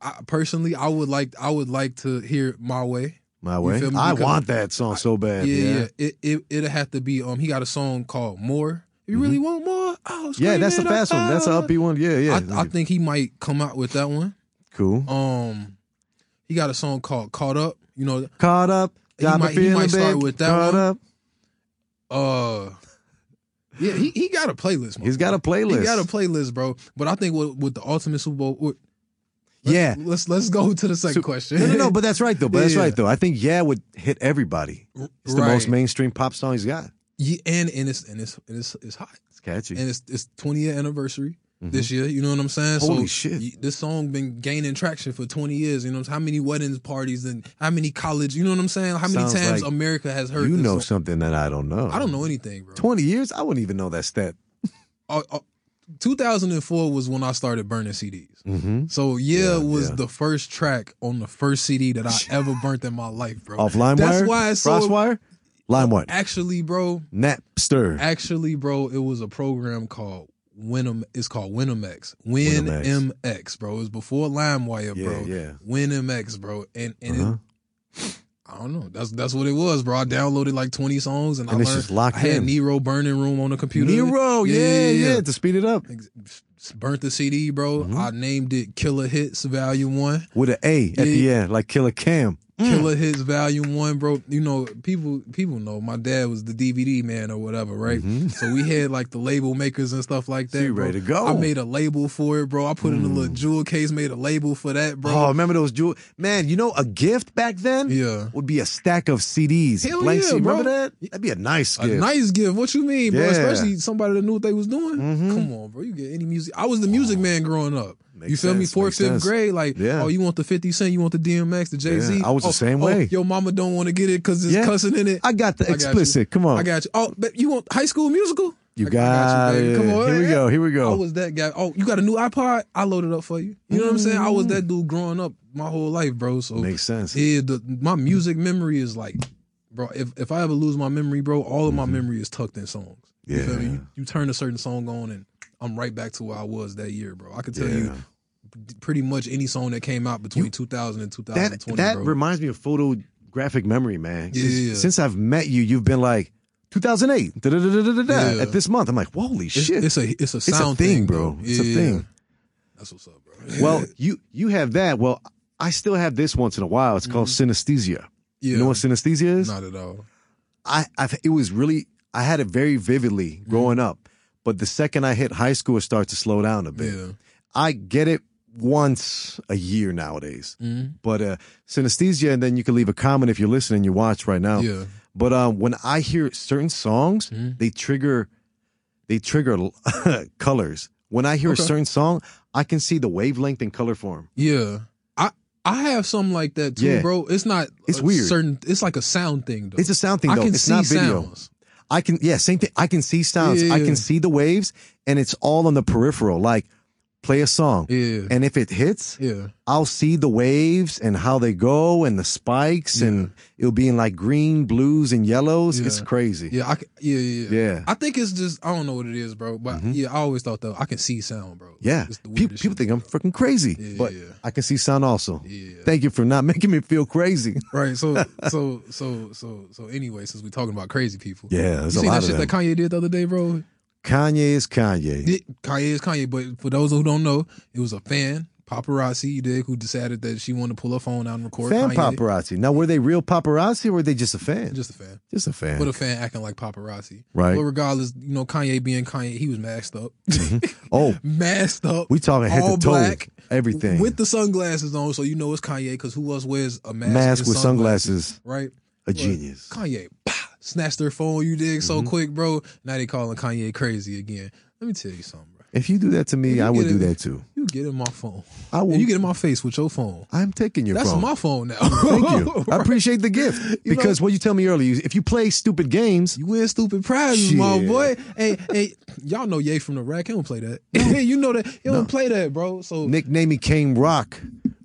Speaker 1: I, personally, I would like, I would like to hear my way.
Speaker 2: My way.
Speaker 1: feel me?
Speaker 2: I
Speaker 1: Because-
Speaker 2: want that song so bad.
Speaker 1: yeah,
Speaker 2: Yeah.
Speaker 1: yeah. It it it'll have to be. Um, he got a song called More. You really want more? Oh,
Speaker 2: Mm-hmm. Yeah, that's the fast one. That's the upbeat one. Yeah, yeah.
Speaker 1: I, I think he might come out with that one.
Speaker 2: cool.
Speaker 1: Um, he got a song called "Caught Up." You know,
Speaker 2: Caught up.
Speaker 1: He
Speaker 2: Got me
Speaker 1: might- he
Speaker 2: feeling
Speaker 1: might start
Speaker 2: big.
Speaker 1: with that
Speaker 2: Caught
Speaker 1: one.
Speaker 2: up.
Speaker 1: uh, yeah, he, he got a playlist. man.
Speaker 2: He's got a playlist.
Speaker 1: He got a playlist, bro. But I think with, with the ultimate Super Bowl, with- let's-
Speaker 2: Yeah.
Speaker 1: Let's let's go to the second
Speaker 2: So-
Speaker 1: question.
Speaker 2: No, no, no, but that's right though. But that's
Speaker 1: Yeah.
Speaker 2: right though. I think yeah would hit everybody. It's the most
Speaker 1: Right.
Speaker 2: mainstream pop song he's got.
Speaker 1: yeah, and and it's and it's and it's, it's hot,
Speaker 2: It's catchy.
Speaker 1: and it's it's 20th anniversary this year. You know what I'm saying?
Speaker 2: Mm-hmm. Holy
Speaker 1: so
Speaker 2: shit.
Speaker 1: y- this song been gaining traction for 20 years. You know what I'm saying? how many weddings, parties, and how many college? You know what I'm saying? How many
Speaker 2: Sounds
Speaker 1: times
Speaker 2: like
Speaker 1: America has heard?
Speaker 2: you
Speaker 1: this
Speaker 2: know
Speaker 1: song?
Speaker 2: something that I don't know.
Speaker 1: I don't know anything, bro.
Speaker 2: Twenty years? I wouldn't even know that stat.
Speaker 1: uh, uh, 2004 was when I started burning CDs.
Speaker 2: Mm-hmm.
Speaker 1: So yeah,
Speaker 2: Yeah,
Speaker 1: was
Speaker 2: yeah.
Speaker 1: the first track on the first CD that I ever burnt in my life, bro.
Speaker 2: Off LimeWire.
Speaker 1: That's why it's so-
Speaker 2: FrostWire. LimeWire.
Speaker 1: Actually, bro,
Speaker 2: Napster.
Speaker 1: actually, bro, it was a program called Winam. It's called Winamx. WinMX, bro. It was before LimeWire,
Speaker 2: Yeah,
Speaker 1: bro.
Speaker 2: yeah.
Speaker 1: WinMX, bro. And and
Speaker 2: Uh-huh.
Speaker 1: it, I don't know. That's that's what it was, bro. I downloaded like 20 songs and,
Speaker 2: And
Speaker 1: I
Speaker 2: it's
Speaker 1: learned.
Speaker 2: just locked
Speaker 1: I had
Speaker 2: in.
Speaker 1: Nero Burning Room on the computer.
Speaker 2: Nero. Yeah yeah, To speed it up
Speaker 1: Ex- burnt the CD, bro.
Speaker 2: Mhm.
Speaker 1: I named it Killer Hits Volume One.
Speaker 2: with an A at the
Speaker 1: Yeah. Mm,
Speaker 2: end, like Killer Cam.
Speaker 1: Killer Hits Volume One, bro. You know, people people know my dad was the DVD man or whatever, right?
Speaker 2: Mhm.
Speaker 1: So we had like the label makers and stuff like that.
Speaker 2: So you
Speaker 1: bro.
Speaker 2: ready to go? Mm.
Speaker 1: I made a label for it, bro. I put in a little jewel case, made a label for that, bro.
Speaker 2: Oh, remember those jewel? Man, you know a gift back then
Speaker 1: yeah.
Speaker 2: would be a stack of CDs.
Speaker 1: Hell
Speaker 2: Blank
Speaker 1: yeah,
Speaker 2: CD. Remember
Speaker 1: bro.
Speaker 2: that? That'd be a nice
Speaker 1: A
Speaker 2: gift.
Speaker 1: nice gift. What you mean, bro?
Speaker 2: Yeah.
Speaker 1: Especially somebody that knew what they was doing.
Speaker 2: Mhm.
Speaker 1: Come on, bro. You get any music. I was the music man growing up.
Speaker 2: Oh. Makes
Speaker 1: you feel me?
Speaker 2: sense,
Speaker 1: Fourth,
Speaker 2: makes
Speaker 1: fifth
Speaker 2: sense.
Speaker 1: grade, like,
Speaker 2: Yeah.
Speaker 1: oh, you want the 50 Cent, you want the DMX, the Jay Z.
Speaker 2: Yeah, I was the same way.
Speaker 1: your mama don't want to get it because it's
Speaker 2: Yeah.
Speaker 1: cussing in it.
Speaker 2: I uh, got the
Speaker 1: I got you.
Speaker 2: explicit. Come on.
Speaker 1: I got you. Oh, but you want High School Musical?
Speaker 2: you
Speaker 1: I- I
Speaker 2: got
Speaker 1: baby.
Speaker 2: it.
Speaker 1: Come on,
Speaker 2: Here we
Speaker 1: yeah.
Speaker 2: go. Here we go.
Speaker 1: I was that guy. Oh, you got a new iPod? I loaded up for you. You know what I'm saying? I was that dude growing up my whole life, bro. So
Speaker 2: Mm. Makes sense.
Speaker 1: yeah, the, my music memory is like, bro. If if I ever lose my memory, bro, all of my memory is tucked in songs. You feel me?
Speaker 2: Mm-hmm. Yeah.
Speaker 1: You, you turn a certain song on, and I'm right back to where I was that year, bro. I could tell you
Speaker 2: Yeah.
Speaker 1: pretty much any song that came out between 2000 and
Speaker 2: that
Speaker 1: 2020,
Speaker 2: that
Speaker 1: bro.
Speaker 2: reminds me of photographic memory, man. 'Cause
Speaker 1: Yeah.
Speaker 2: Since I've met you, you've been like 2008 da, da, da, da, da, da, da,
Speaker 1: Yeah.
Speaker 2: at this month. I'm like, holy
Speaker 1: it's,
Speaker 2: shit.
Speaker 1: it's a it's a
Speaker 2: It's
Speaker 1: sound
Speaker 2: a thing, bro.
Speaker 1: though.
Speaker 2: It's a
Speaker 1: Yeah.
Speaker 2: thing.
Speaker 1: That's what's up, bro.
Speaker 2: Well, you you have that. Well, I still have this once in a while. It's called synesthesia.
Speaker 1: Mm-hmm. yeah,
Speaker 2: You know what synesthesia is?
Speaker 1: not at all.
Speaker 2: I I've, it was really I had it very
Speaker 1: Mm-hmm.
Speaker 2: vividly growing up, but the second I hit high school, it starts to slow down a bit.
Speaker 1: Yeah,
Speaker 2: I get it once a year nowadays,
Speaker 1: Mhm.
Speaker 2: but uh, synesthesia, and then you can leave a comment if you're listening, you watch right now.
Speaker 1: yeah.
Speaker 2: But um, when I hear certain songs,
Speaker 1: Mhm.
Speaker 2: they trigger they trigger colors. When I hear
Speaker 1: Okay.
Speaker 2: a certain song, I can see the wavelength and color form.
Speaker 1: Yeah. I I have something like that too,
Speaker 2: Yeah.
Speaker 1: bro. It's not
Speaker 2: It's
Speaker 1: a
Speaker 2: weird.
Speaker 1: certain it's like a sound thing though.
Speaker 2: It's a sound thing
Speaker 1: I
Speaker 2: though.
Speaker 1: can
Speaker 2: it's
Speaker 1: see
Speaker 2: not video.
Speaker 1: sounds.
Speaker 2: I can yeah, same thing. I can see sounds. I
Speaker 1: Yeah.
Speaker 2: can see the waves, and it's all on the peripheral. Like play a song,
Speaker 1: Yeah.
Speaker 2: and if it hits,
Speaker 1: yeah.
Speaker 2: I'll see the waves and how they go and the spikes, and it'll be in like green, blues, and yellows. It's
Speaker 1: Yeah.
Speaker 2: crazy.
Speaker 1: Yeah. I can, yeah, yeah, yeah.
Speaker 2: Yeah. Mm-hmm.
Speaker 1: I think it's just I don't know what it is, bro. But yeah, I always thought though I can see sound, bro.
Speaker 2: Yeah.
Speaker 1: It's the
Speaker 2: Pe-
Speaker 1: weirdest
Speaker 2: people
Speaker 1: shit.
Speaker 2: think I'm freaking crazy,
Speaker 1: Yeah,
Speaker 2: but
Speaker 1: yeah.
Speaker 2: I can see sound also.
Speaker 1: Yeah.
Speaker 2: Thank you for not making me feel crazy.
Speaker 1: Right. So so so so so anyway, since we're talking about crazy people.
Speaker 2: Yeah, there's
Speaker 1: You
Speaker 2: a
Speaker 1: seen
Speaker 2: lot
Speaker 1: that
Speaker 2: of
Speaker 1: shit that
Speaker 2: them.
Speaker 1: Kanye did the other day, bro?
Speaker 2: Kanye is Kanye.
Speaker 1: Did- Kanye is Kanye, but for those who don't know, it was a fan, paparazzi, you dig, who decided that she wanted to pull her phone out and record
Speaker 2: fan
Speaker 1: Kanye.
Speaker 2: paparazzi. Now, were they real paparazzi or were they just a fan? Just,
Speaker 1: Just a fan.
Speaker 2: a fan.
Speaker 1: But a fan acting like paparazzi.
Speaker 2: Right.
Speaker 1: But regardless, you know, Kanye being Kanye, he was masked up.
Speaker 2: oh,
Speaker 1: masked up.
Speaker 2: we talking head
Speaker 1: all
Speaker 2: to toe,
Speaker 1: black,
Speaker 2: everything
Speaker 1: With the sunglasses on, so you know it's Kanye, because who else wears a mask?
Speaker 2: mask
Speaker 1: and
Speaker 2: with sunglasses.
Speaker 1: Right?
Speaker 2: A genius.
Speaker 1: Kanye, bah, snatched their phone, you dig,
Speaker 2: Mm-hmm.
Speaker 1: so quick, bro. Now they calling Kanye crazy again. Let me tell you something, bro.
Speaker 2: If you do that to me,
Speaker 1: you
Speaker 2: I would
Speaker 1: get
Speaker 2: do
Speaker 1: it-
Speaker 2: that too.
Speaker 1: You get in my phone.
Speaker 2: I will.
Speaker 1: And you get in my face with your phone.
Speaker 2: I'm taking your
Speaker 1: That's
Speaker 2: phone.
Speaker 1: my phone now.
Speaker 2: Thank you. I appreciate the gift
Speaker 1: You know-
Speaker 2: because what you tell me earlier, if you play stupid games,
Speaker 1: You win stupid prizes, my
Speaker 2: Shit.
Speaker 1: boy. Hey, hey, y'all know Ye from the rack. He don't play that. you know that. He don't play that, bro. So
Speaker 2: nickname me King Rock,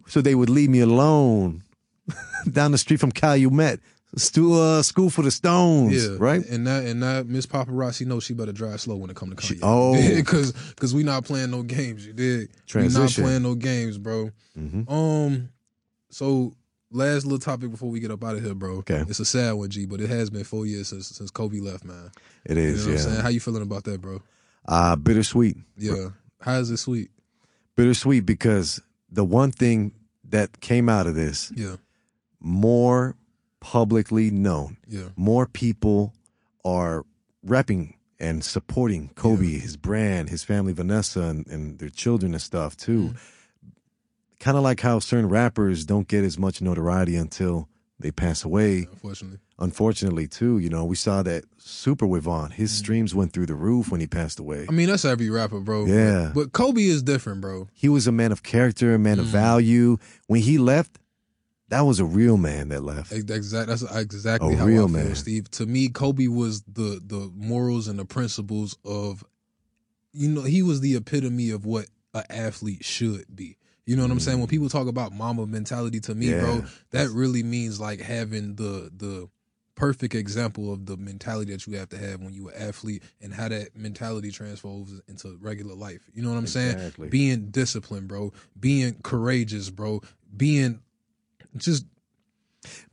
Speaker 2: so they would leave me alone down the street from Calumet. Stu, uh, school for the Stones,
Speaker 1: yeah,
Speaker 2: right?
Speaker 1: And that and that Miss Paparazzi knows she better drive slow when it comes to Kanye.
Speaker 2: oh.
Speaker 1: because because we not playing no games. You did. We not
Speaker 2: Transition. Mm-hmm.
Speaker 1: playing no games, bro. Um, so last little topic before we get up out of here, bro.
Speaker 2: Okay.
Speaker 1: it's a sad one, G, but it has been four years since since Kobe left, man.
Speaker 2: It
Speaker 1: You know
Speaker 2: is,
Speaker 1: what I'm
Speaker 2: yeah.
Speaker 1: saying? How you feeling about that, bro?
Speaker 2: Uh, bittersweet.
Speaker 1: Yeah. How is it sweet?
Speaker 2: Bittersweet because the one thing that came out of this,
Speaker 1: Yeah.
Speaker 2: more publicly known,
Speaker 1: Yeah.
Speaker 2: more people are repping and supporting Kobe, his brand, his family, Vanessa, and, and their children and stuff too.
Speaker 1: Mm-hmm.
Speaker 2: Kind of like how certain rappers don't get as much notoriety until they pass away
Speaker 1: Unfortunately.
Speaker 2: unfortunately too you know we saw that super with Von. his streams went through the roof when he passed away
Speaker 1: Mm-hmm. I mean, that's every rapper, bro.
Speaker 2: Yeah.
Speaker 1: But, but Kobe is different, bro.
Speaker 2: he was a man of character a
Speaker 1: Mm-hmm.
Speaker 2: man of value when he left that was a real man that left
Speaker 1: Exactly. That's exactly
Speaker 2: A
Speaker 1: how
Speaker 2: Oh, real
Speaker 1: I feel,
Speaker 2: man.
Speaker 1: Steve. To me, Kobe was the the morals and the principles of, you know, he was the epitome of what an athlete should be. You know what I'm saying? When people talk about mama mentality, to me, bro,
Speaker 2: Mm. Yeah.
Speaker 1: that really means like having the the perfect example of the mentality that you have to have when you an athlete and how that mentality transfers into regular life. You know what I'm saying?
Speaker 2: Exactly.
Speaker 1: Being disciplined, bro. Being courageous, bro. Being just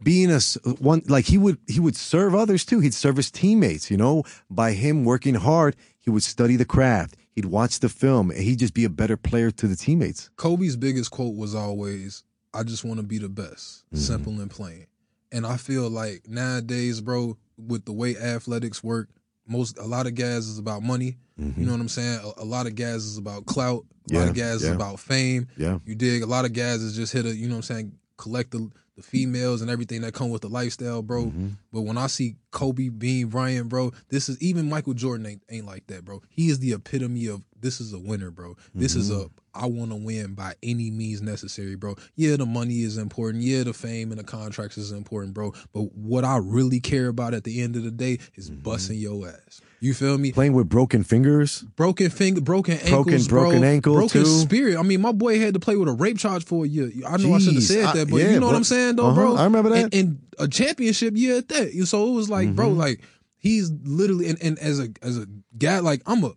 Speaker 2: being a s- one like he would he would serve others too he'd serve his teammates you know by him working hard he would study the craft he'd watch the film and he'd just be a better player to the teammates
Speaker 1: Kobe's biggest quote was always, I just want to be the best, simple and plain. And I feel like nowadays, bro, with the way athletics work, most a lot of guys is about money. You know what I'm saying? A, a lot of guys is about clout. A lot of
Speaker 2: Mm-hmm. Yeah,
Speaker 1: guys is
Speaker 2: yeah.
Speaker 1: about fame.
Speaker 2: yeah
Speaker 1: You dig? A lot of guys is just here to, you know what I'm saying, collect the, the females and everything that come with the lifestyle, bro.
Speaker 2: Mm-hmm.
Speaker 1: But when I see Kobe being Bryant, bro, this is even Michael Jordan ain't, ain't like that, bro. He is the epitome of this is a winner, bro. This is
Speaker 2: Mm-hmm.
Speaker 1: a I want to win by any means necessary, bro. Yeah, the money is important. Yeah, the fame and the contracts is important, bro. But what I really care about at the end of the day is
Speaker 2: Mm-hmm.
Speaker 1: busting your ass. You feel me?
Speaker 2: Playing with broken fingers.
Speaker 1: Broken finger, broken ankles,
Speaker 2: Broken-
Speaker 1: bro.
Speaker 2: broken ankle,
Speaker 1: broken
Speaker 2: too.
Speaker 1: spirit. I mean, my boy had to play with a rape charge for a year. I know I shouldn't have
Speaker 2: Jeez,
Speaker 1: said
Speaker 2: I-
Speaker 1: that, but
Speaker 2: yeah,
Speaker 1: you know what
Speaker 2: bro.
Speaker 1: I'm saying, though,
Speaker 2: Uh-huh,
Speaker 1: bro.
Speaker 2: I remember that. Mm-hmm.
Speaker 1: And, and a championship year at that. And So it was like, bro, like he's literally and, and as a as a guy, like I'm a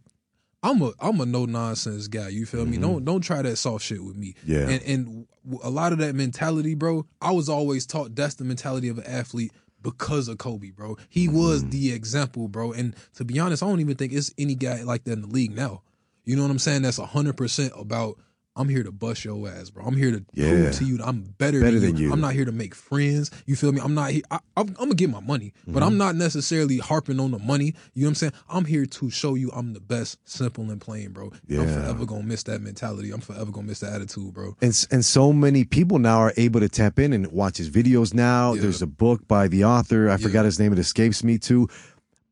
Speaker 1: I'm a I'm a no nonsense guy. You feel
Speaker 2: Mm-hmm.
Speaker 1: me? Don't don't try that soft shit with me.
Speaker 2: Yeah.
Speaker 1: And and w- a lot of that mentality, bro. I was always taught that's the mentality of an athlete because of Kobe, bro. He
Speaker 2: Mm-hmm.
Speaker 1: was the example, bro. And to be honest, I don't even think it's any guy like that in the league now. You know what I'm saying? That's hundred percent about. I'm here to bust your ass, bro. I'm here to
Speaker 2: Yeah.
Speaker 1: prove to you that I'm better,
Speaker 2: Better than you.
Speaker 1: I'm not here to make friends. You feel me? I'm not here. I, I'm, I'm gonna get my money, but
Speaker 2: Mhm.
Speaker 1: I'm not necessarily harping on the money. You know what I'm saying? I'm here to show you I'm the best, simple and plain, bro. I'm
Speaker 2: Yeah.
Speaker 1: forever gonna miss that mentality. I'm forever gonna miss that attitude, bro.
Speaker 2: And, s- and so many people now are able to tap in and watch his videos now.
Speaker 1: Yeah.
Speaker 2: There's a book by the author. I forgot his name. It escapes me too.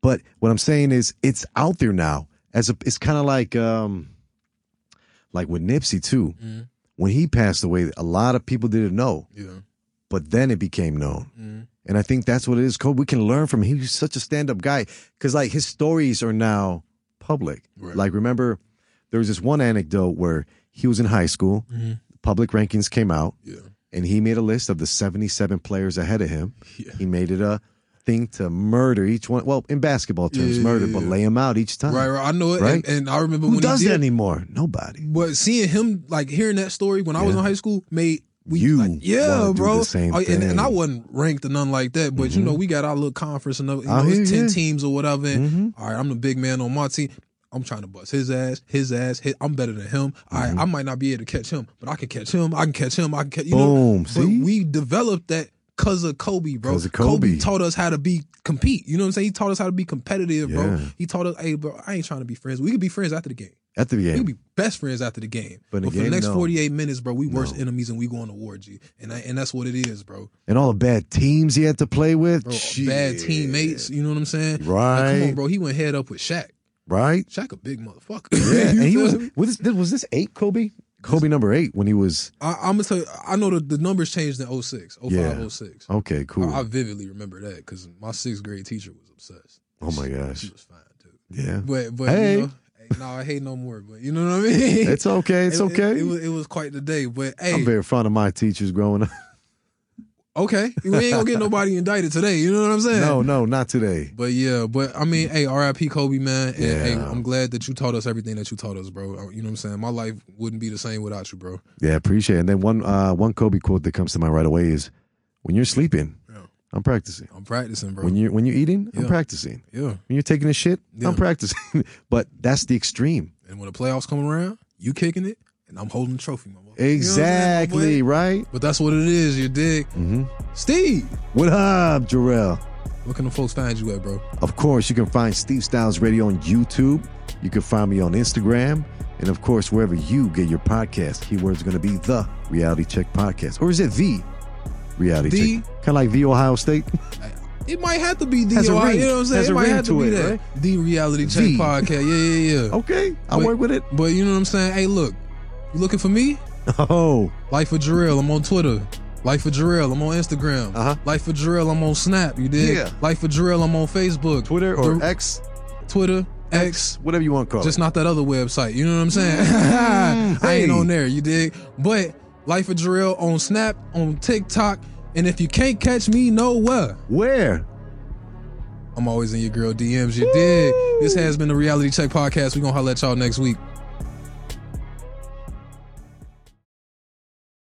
Speaker 2: But what I'm saying is it's out there now. As a, it's kind of like um, like with Nipsey too.
Speaker 1: Mhm.
Speaker 2: When he passed away, a lot of people didn't know,
Speaker 1: Yeah.
Speaker 2: but then it became known.
Speaker 1: Mhm.
Speaker 2: And I think that's what it is. Kobe, we can learn from him. He's such a stand up guy because, like, his stories are now public.
Speaker 1: Right.
Speaker 2: Like, remember, there was this one anecdote where he was in high school,
Speaker 1: Mhm.
Speaker 2: public rankings came out,
Speaker 1: Yeah.
Speaker 2: and he made a list of the 77 players ahead of him.
Speaker 1: Yeah.
Speaker 2: He made it a thing to murder each one. Well, in basketball terms,
Speaker 1: Yeah,
Speaker 2: murder,
Speaker 1: yeah,
Speaker 2: but
Speaker 1: yeah.
Speaker 2: lay him out each time.
Speaker 1: Right. Right. I know it.
Speaker 2: Right?
Speaker 1: And, and I remember
Speaker 2: Who
Speaker 1: when
Speaker 2: does
Speaker 1: he
Speaker 2: that
Speaker 1: did,
Speaker 2: anymore? Nobody.
Speaker 1: But seeing him, like hearing that story when I was in high school, made we
Speaker 2: You
Speaker 1: like, yeah,
Speaker 2: wanna do
Speaker 1: bro.
Speaker 2: the same
Speaker 1: Oh, and, and I
Speaker 2: thing. Mm-hmm.
Speaker 1: wasn't ranked or nothing like that. But you know, we got our little conference and you
Speaker 2: I
Speaker 1: know, it's
Speaker 2: hear
Speaker 1: ten
Speaker 2: ya. Mm-hmm.
Speaker 1: teams or whatever. And, all right, I'm the big man on my team. I'm trying to bust his ass, his ass. His, I'm better than him. All
Speaker 2: Mm-hmm.
Speaker 1: right, I might not be able to catch him, but I can catch him. I can catch him. I can catch you know.
Speaker 2: Boom,
Speaker 1: But
Speaker 2: see?
Speaker 1: we developed that because of Kobe, bro.
Speaker 2: 'Cause of Kobe.
Speaker 1: taught us how to be compete. You know what I'm saying? He taught us how to be competitive, bro.
Speaker 2: Yeah.
Speaker 1: He taught us, hey, bro, I ain't trying to be friends. We could be friends after the game.
Speaker 2: At the
Speaker 1: We
Speaker 2: beginning.
Speaker 1: could be best friends after the game. But,
Speaker 2: But in the
Speaker 1: for the
Speaker 2: game,
Speaker 1: next
Speaker 2: no.
Speaker 1: 48 minutes, bro, we worst enemies and we going to war, G. And, I, and that's what it is, bro.
Speaker 2: and all the bad teams he had to play with.
Speaker 1: Bro, bad
Speaker 2: Shit.
Speaker 1: teammates, you know what I'm saying? Like, come on,
Speaker 2: Right.
Speaker 1: bro. He went head up with Shaq.
Speaker 2: Right.
Speaker 1: Shaq a big motherfucker.
Speaker 2: Yeah,
Speaker 1: You
Speaker 2: and he
Speaker 1: feel
Speaker 2: was
Speaker 1: me?
Speaker 2: was this, was this eight Kobe? Kobe number eight when he was
Speaker 1: I, I'm gonna tell you. I know the, the numbers changed in 06, 05,
Speaker 2: Yeah.
Speaker 1: 06.
Speaker 2: okay, cool.
Speaker 1: I, I vividly remember that because my sixth grade teacher was obsessed.
Speaker 2: oh my
Speaker 1: She-
Speaker 2: gosh,
Speaker 1: she was fine too.
Speaker 2: yeah,
Speaker 1: But but
Speaker 2: Hey.
Speaker 1: you know, hey, no, I hate no more. But you know what I mean.
Speaker 2: it's okay, it's
Speaker 1: It-
Speaker 2: okay.
Speaker 1: It, it, was, it was quite the day. But hey,
Speaker 2: I'm very fond of my teachers growing up.
Speaker 1: okay, we ain't gonna get nobody indicted today. You know what I'm saying?
Speaker 2: no, no, not today.
Speaker 1: But yeah, but I mean, hey, R.I.P. Kobe, man. And hey,
Speaker 2: Yeah.
Speaker 1: I'm glad that you taught us everything that you taught us, bro. Uh, You know what I'm saying? My life wouldn't be the same without you, bro.
Speaker 2: Yeah, appreciate. it. And then one uh, one Kobe quote that comes to mind right away is, "When you're sleeping,
Speaker 1: Yeah.
Speaker 2: I'm practicing.
Speaker 1: I'm practicing, bro.
Speaker 2: When you are when you're eating, I'm
Speaker 1: Yeah.
Speaker 2: practicing.
Speaker 1: yeah.
Speaker 2: When you're taking a shit,
Speaker 1: Yeah.
Speaker 2: I'm practicing." but that's the extreme.
Speaker 1: And when the playoffs come around, you kicking it, and I'm holding the trophy, my boy. You know what I'm saying, my boy?
Speaker 2: Exactly right.
Speaker 1: but that's what it is, you dig?
Speaker 2: Mhm.
Speaker 1: Steve,
Speaker 2: What up, Jarrell?
Speaker 1: where can the folks find you at, bro?
Speaker 2: Of course, you can find Steve Styles Radio on YouTube. You can find me on Instagram. And of course, wherever you get your podcast, keyword's going to be the Reality Check Podcast. Or is it the Reality
Speaker 1: The-
Speaker 2: Check? Kind of like the Ohio State.
Speaker 1: It might have to be the
Speaker 2: Has a
Speaker 1: OI,
Speaker 2: ring.
Speaker 1: you know what I'm saying?
Speaker 2: Has
Speaker 1: it
Speaker 2: a
Speaker 1: might
Speaker 2: ring
Speaker 1: have to,
Speaker 2: to
Speaker 1: be
Speaker 2: it,
Speaker 1: that.
Speaker 2: right? Oh.
Speaker 1: The reality check
Speaker 2: The.
Speaker 1: podcast. Yeah, yeah, yeah.
Speaker 2: Okay, I'll
Speaker 1: But-
Speaker 2: work with it.
Speaker 1: But you know what I'm saying? Hey, look, you looking for me?
Speaker 2: Oh,
Speaker 1: Life of Jarrell, I'm on Twitter. Life of Jarrell, I'm on Instagram.
Speaker 2: Uh-huh.
Speaker 1: Life of Jarrell, I'm on Snap. You did.
Speaker 2: Yeah.
Speaker 1: Life of Jarrell, I'm on Facebook,
Speaker 2: Twitter or
Speaker 1: Dur-
Speaker 2: X,
Speaker 1: Twitter, X,
Speaker 2: X, whatever you want to call
Speaker 1: Just
Speaker 2: it.
Speaker 1: not that other website. You know what I'm saying? I ain't
Speaker 2: Mm, hey.
Speaker 1: on there. You dig? But Life of Jarrell on Snap, on TikTok, and if you can't catch me, nowhere.
Speaker 2: Where?
Speaker 1: I'm always in your girl DMs. You dig? This has been the Reality Check podcast. We gonna holla at y'all next week.